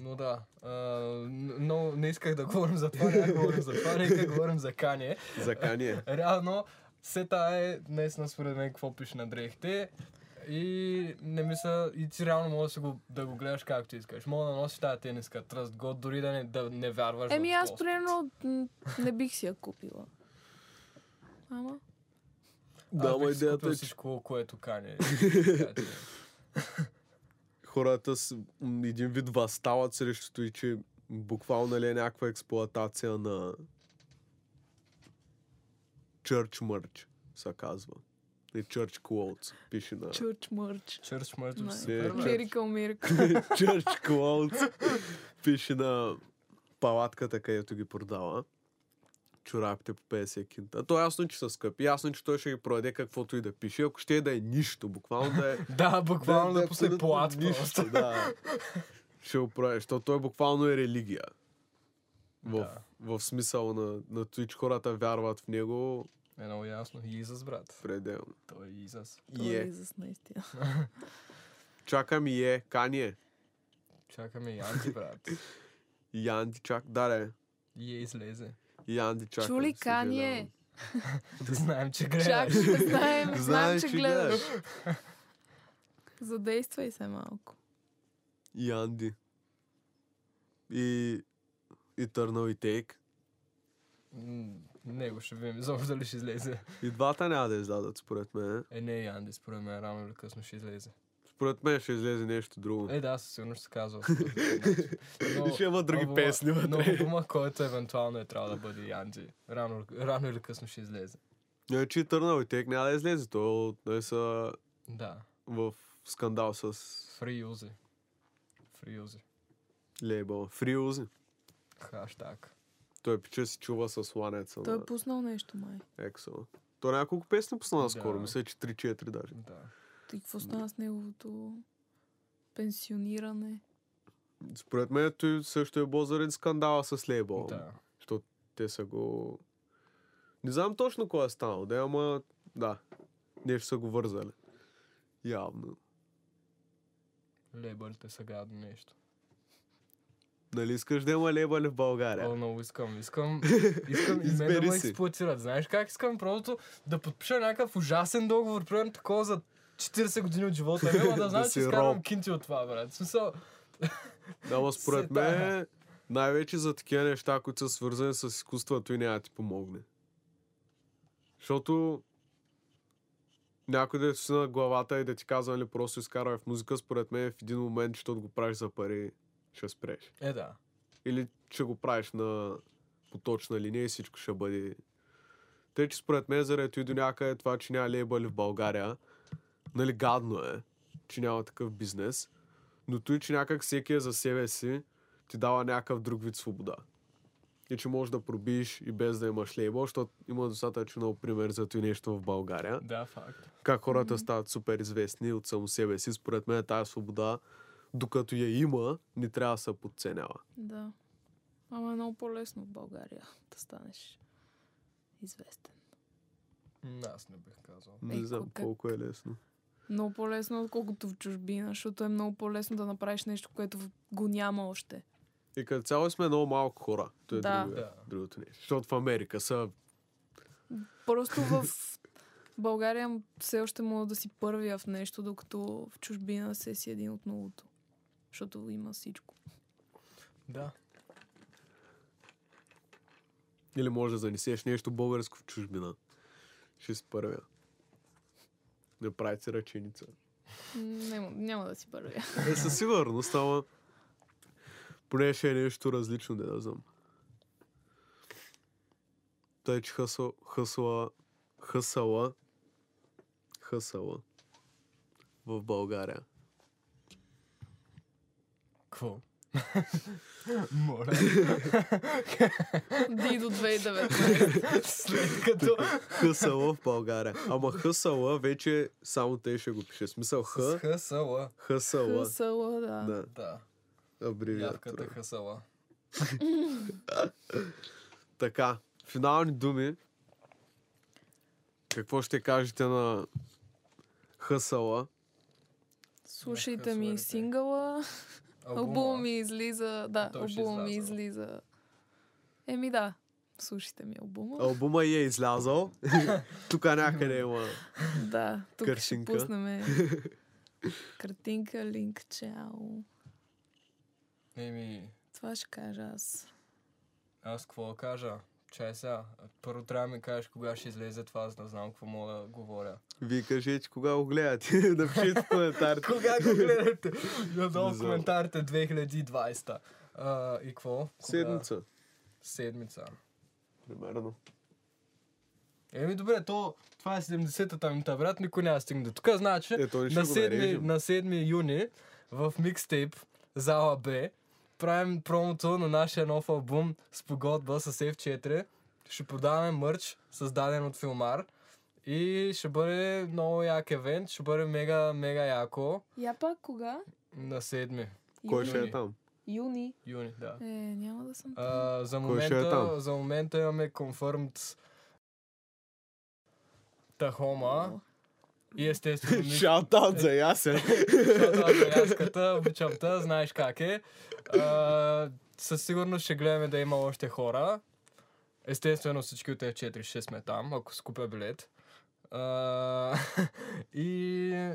B: Но да, а, н- но не исках да говорим за това, не говорим за това, нека говорим за Кане.
A: За кание.
B: Реално, сета е наистина според мен какво пише на дрехите. И не мисля, и ти реално можеш да си го, да го гледаш както искаш. Мога да носиш тази тениска, тръст го, дори да не, да не вярваш
C: Еми
B: в
C: аз
B: Господ.
C: примерно м, не бих си я купила. Ама,
A: Да,
B: Аз
A: ма
B: бих си
A: идеята
B: купил
A: е, че
B: всичко, което кане.
A: хората с м, един вид възстават срещу и че буквално ли е някаква експлоатация на Church Merch, се казва. И Church Clothes, пише на...
C: чурч мърч.
B: Чърч мъртво
C: Не.
A: Не,
B: супер. брат.
A: чърч.
C: Мирикъл, мирикъл.
A: Church Clothes, пише на палатката, където ги продава. Чорапите по 50 кинта. То е ясно, че са скъпи. Ясно, че той ще ги продаде каквото и да пише. Ако ще е да е нищо, буквално да е
B: Да, буквално да,
A: е
B: пусне
A: абсолютно
B: плат
A: нищо,
B: просто.
A: Да. Ще го правиш, защото той буквално е религия. В,
B: Да.
A: в смисъл на, на Twitch хората вярват в него
B: Е много ясно. Изас, брат.
A: пределно.
B: Той е Изас.
C: Той е
A: Е.
C: Изус, наистина.
A: Чакам и е, Кание.
B: Чакаме Янти, брат.
A: И Анди чак. Да, да.
B: И е излезе.
A: И Анди чак.
C: Чули е. Кание?
B: Да знаем, че гледаш.
C: Чакай, да знаем, знаем,
A: Знаеш,
C: Е, че гледаш. Задействай се малко.
A: И Анди. И... Eternal и Take.
B: М, Него ще видим. Изобщо дали ще излезе.
A: И двата няма да издадат, според мен.
B: Е, не, Янди, според мен, рано или късно ще излезе.
A: Според мен ще излезе нещо друго.
B: Е, да, със сигурност ще се казва. No,
A: И ще има други песни вътре.
B: Но албума, който евентуално е трябва да бъде Янди. Рано, рано или късно ще излезе.
A: Иначе Eternal Значи и Take няма да излезе. То не са
B: Да.
A: в скандал с
B: Free Uzi. Free Uzi.
A: лейбъл. Фриузи.
B: Хаштаг.
A: Той пича си чува с ланеца
C: Той
A: на
C: е пуснал нещо, май.
A: Ексо. Той няколко песни пусна
B: Да.
A: скоро, мисля, че 3-4 даже.
B: Да.
C: И какво стана с неговото пенсиониране?
A: Според мен той също е бил заради скандала с лейбъл.
B: Да.
A: Защото те са го... Не знам точно кой е станал, да, ама да. Нещо са го вързали. Явно.
B: Лейбълите са гадно нещо.
A: Нали искаш да има лейбъли в
B: О,
A: България?
B: много искам. Искам, искам и мен
A: Е.
B: да
A: Избери
B: ме
A: си.
B: експлуатират. Знаеш как искам просто да подпиша някакъв ужасен договор, примерно такова за 40 години от живота. Няма да знам,
A: Да
B: че
A: си
B: изкарвам
A: роб.
B: кинти от това, брат. В Смисъл,
A: Да, ама според
B: Се
A: мен най-вече за такива неща, които са свързани с изкуството и няма да ти помогне. Защото някой да си на главата и да ти казва, нали, просто изкарвай в музика, според мен в един момент, защото го правиш за пари, ще спреш.
B: е да.
A: Или ще го правиш на поточна линия и всичко ще бъде. Те, че според мен заради и до някъде е това, че няма лейбъли в България, нали гадно е, че няма такъв бизнес, но той, че някак всеки е за себе си, ти дава някакъв друг вид свобода. И че можеш да пробиеш и без да имаш лейбъл, защото има достатъчно много пример за това нещо в България
B: Да, факт.
A: как хората стават супер известни от само себе си. Според мен тази свобода, докато я има, не трябва да се подценява.
C: Да. Ама е много по-лесно в България да станеш известен.
B: М, Аз не бих казал.
A: Не
C: Ей,
A: знам
C: как-
A: колко е лесно.
C: Много по-лесно, отколкото в чужбина, защото е много по-лесно да направиш нещо, което в- го няма още.
A: И като цяло сме много малко хора. То е
C: Да.
A: друго,
B: Да.
A: другото нещо. Защото в Америка са...
C: Просто в в България все още мога да си първия в нещо, докато в чужбина се си един от новото. Защото има всичко.
B: Да.
A: Или може да занесеш нещо българско в чужбина. Ще си първия. Направи си ръченица.
C: Няма, няма да си първия.
A: Е, със сигурност, ама поне ще е нещо различно, да, да знам. Тъй, че хъсъл, хъсла, хъсала, хъсала в България.
B: Кво? Моля.
C: Ди до 2019.
B: След като...
A: Хъсала в България. Ама хъсала вече само те ще го пише. В Смисъл Х,
B: С хъсала.
A: хъсала.
C: Хъсала, да.
A: Да,
B: Да. Явката
A: Е, абревиатура.
B: хъсала.
A: Така, финални думи. Какво ще кажете на хъсала?
C: Слушайте
B: Бяха
C: ми
B: суерите.
C: сингъла. Албум ми излиза. Да,
B: Той ще
C: албум ми
B: излязъл.
C: излиза. Еми да, слушайте ми албума.
A: Албума и е излязъл. Тук някъде има.
C: Да, тук
A: Картинка.
C: ще пуснем картинка, линк, чао.
B: Еми,
C: Това ще кажа аз.
B: аз какво да кажа? Чай сега. Първо трябва да ми кажеш кога ще излезе това, за да знам какво мога да говоря.
A: Вие кажете кога го гледате. Напишете в коментарите.
B: Кога го гледате? Надолу в
A: Влизал.
B: коментарите 2020. А, и какво? Кога?
A: Седмица,
B: Седмица.
A: примерно.
B: Еми добре, то, това е 70-та ми брат, никой няма да стигне до тук. Значи,
A: Е, то не ще
B: на,
A: го
B: 7,
A: нарежем.
B: на 7 юни в микстейп зала Б правим промото на нашия нов албум с погодба с F4. Ще продаваме мърч, създаден от филмар. И ще бъде много як евент, ще бъде мега, мега яко
C: Я пак кога?
B: на 7
A: Кой
C: юни.
A: ще е там?
C: Юни.
B: юни, да.
C: Е, няма да съм. там.
B: А, за,
A: Кой ще е
B: момента,
A: там?
B: за момента имаме confirmed Тахома. И естествено, ми-
A: Шаутаут за Ясен.
B: Рязката, обичам те, знаеш как е. А, със сигурност ще гледаме да има още хора. Естествено всички от тези 4 ще сме там, ако скупя билет. А, и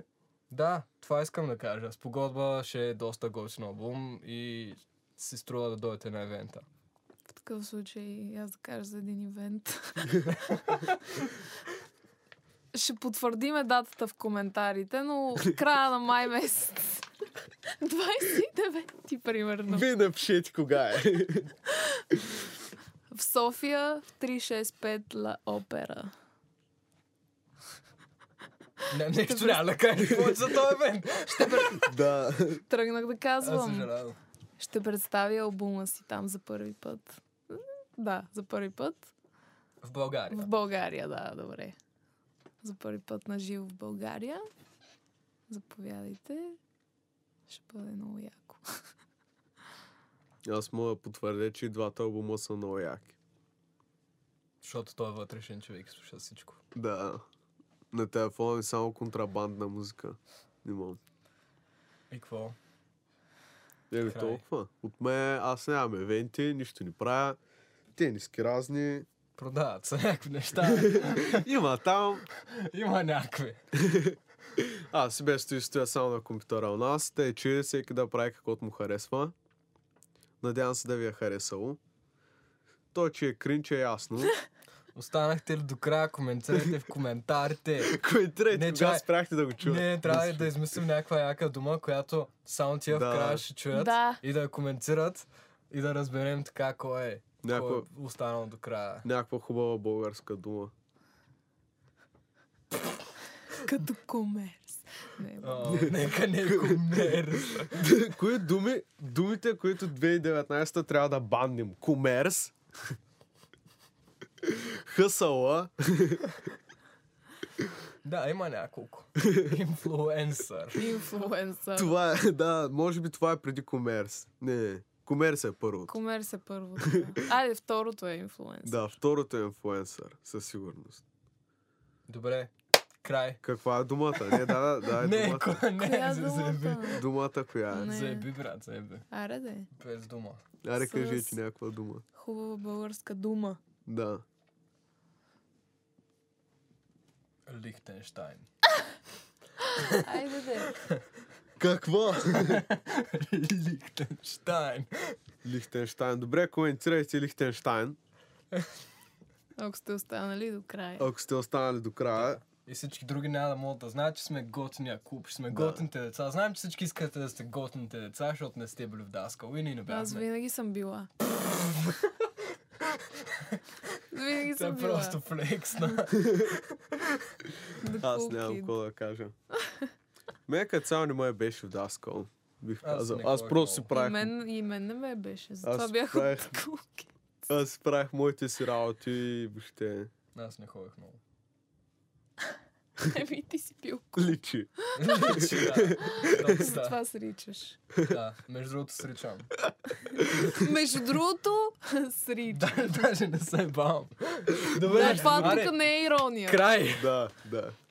B: да, това искам да кажа. Спогодба ще е доста готин албум и си струва да дойдете на евента.
C: В такъв случай аз да кажа за един ивент. Ще потвърдиме датата в коментарите, но края на май месец. 29 примерно.
A: Вие напишете кога е.
C: В София в 365 Ла Опера.
B: Не, нещо няма да кажа повече за този евент.
A: Да.
C: Тръгнах да
B: Аз
C: казвам.
B: съжалявам.
C: Ще представя албума си там за първи път. Да, за първи път.
B: В България.
C: В България, да, добре. За първи път на живо в България. Заповядайте. Ще бъде много яко.
A: Аз мога да потвърдя, че и двата албума са много яки.
B: Защото той е вътрешен човек, слуша всичко.
A: Да. На телефона ми само контрабандна музика. Имам.
B: И какво?
A: Еми
B: Край.
A: Е, толкова. От мен аз нямам евенти, нищо не правя. Тениски разни.
B: Продават се някакви неща.
A: Има там.
B: Има някакви.
A: Аз си без стои стоя само на компютъра у нас. Тъй, че всеки да прави каквото му харесва. Надявам се да ви е харесало. То, че е кринч е ясно.
B: Останахте ли до края? Коментирайте в коментарите.
A: Коментирайте,
B: Не,
A: не, кога
B: чай.
A: спряхте да го чувате.
B: Не, трябва да измислим някаква яка дума, която само тия
A: Да.
B: в края ще чуят
C: Да.
B: и да я коментират и да разберем така кой е, кой
A: Някаква,
B: е останал до края.
A: някаква хубава българска дума.
C: Като комерс. Не,
B: О, нека не е комерс.
A: Кои думи, думите, които 2019 трябва да бандим? Комерс? Хъсала?
B: Да, има няколко. Инфлуенсър.
C: инфлуенсър.
A: Това е, да, може би това е преди комерс. Не, не. комерс е първото.
C: Комерс е първото. да. Айде, второто е инфлуенсър.
A: Да, второто е инфлуенсър, със сигурност.
B: Добре, край.
A: Каква е думата? Не, да, да, да е
B: Не,
A: думата.
B: кой не
C: Коя
B: е
C: е
B: заеби.
C: думата?
A: Думата коя е?
C: Не.
B: Заеби, брат, заеби.
C: Аре де.
B: Без дума.
A: Аре,
C: С-
A: кажете някаква дума.
C: Хубава българска дума.
A: Да.
B: Лихтенштайн.
C: Айде де.
A: Какво?
B: Лихтенштайн.
A: Лихтенштайн. Добре, коментирайте Лихтенштайн,
C: Ако сте останали до края.
A: ако сте останали до края.
B: И всички други няма да могат да знаят, че сме готиния клуб, че сме готините деца. Знаем, че всички искате да сте готините деца, защото не сте били в Даскал и ние не
C: Аз
B: бяхме.
C: винаги съм била. винаги
B: Това
C: съм
B: е
C: била.
B: просто флекс на...
C: The
A: Аз
C: cool
A: нямам
C: kid.
A: какво да кажа. Мен като цяло не ме беше в Даскал. Бих
B: Аз
A: казал.
B: не
A: Аз
B: ходя
A: просто си
B: много.
C: И
A: правих
C: мен, и мен не ме беше. Затова
A: Аз
C: бях
A: правех-
C: от кулки.
A: Аз си правих моите си работи и въобще
B: Аз не ходих много.
C: Еми, Е, ти си бил кул.
A: личи.
B: Че, да. Доста.
C: Затова се ричаш.
B: Да, между другото сричам.
C: Между другото, срича.
B: Да, даже не се бавам.
C: Да,
B: Добре,
C: това тук не е ирония.
B: Край!
A: Да, да.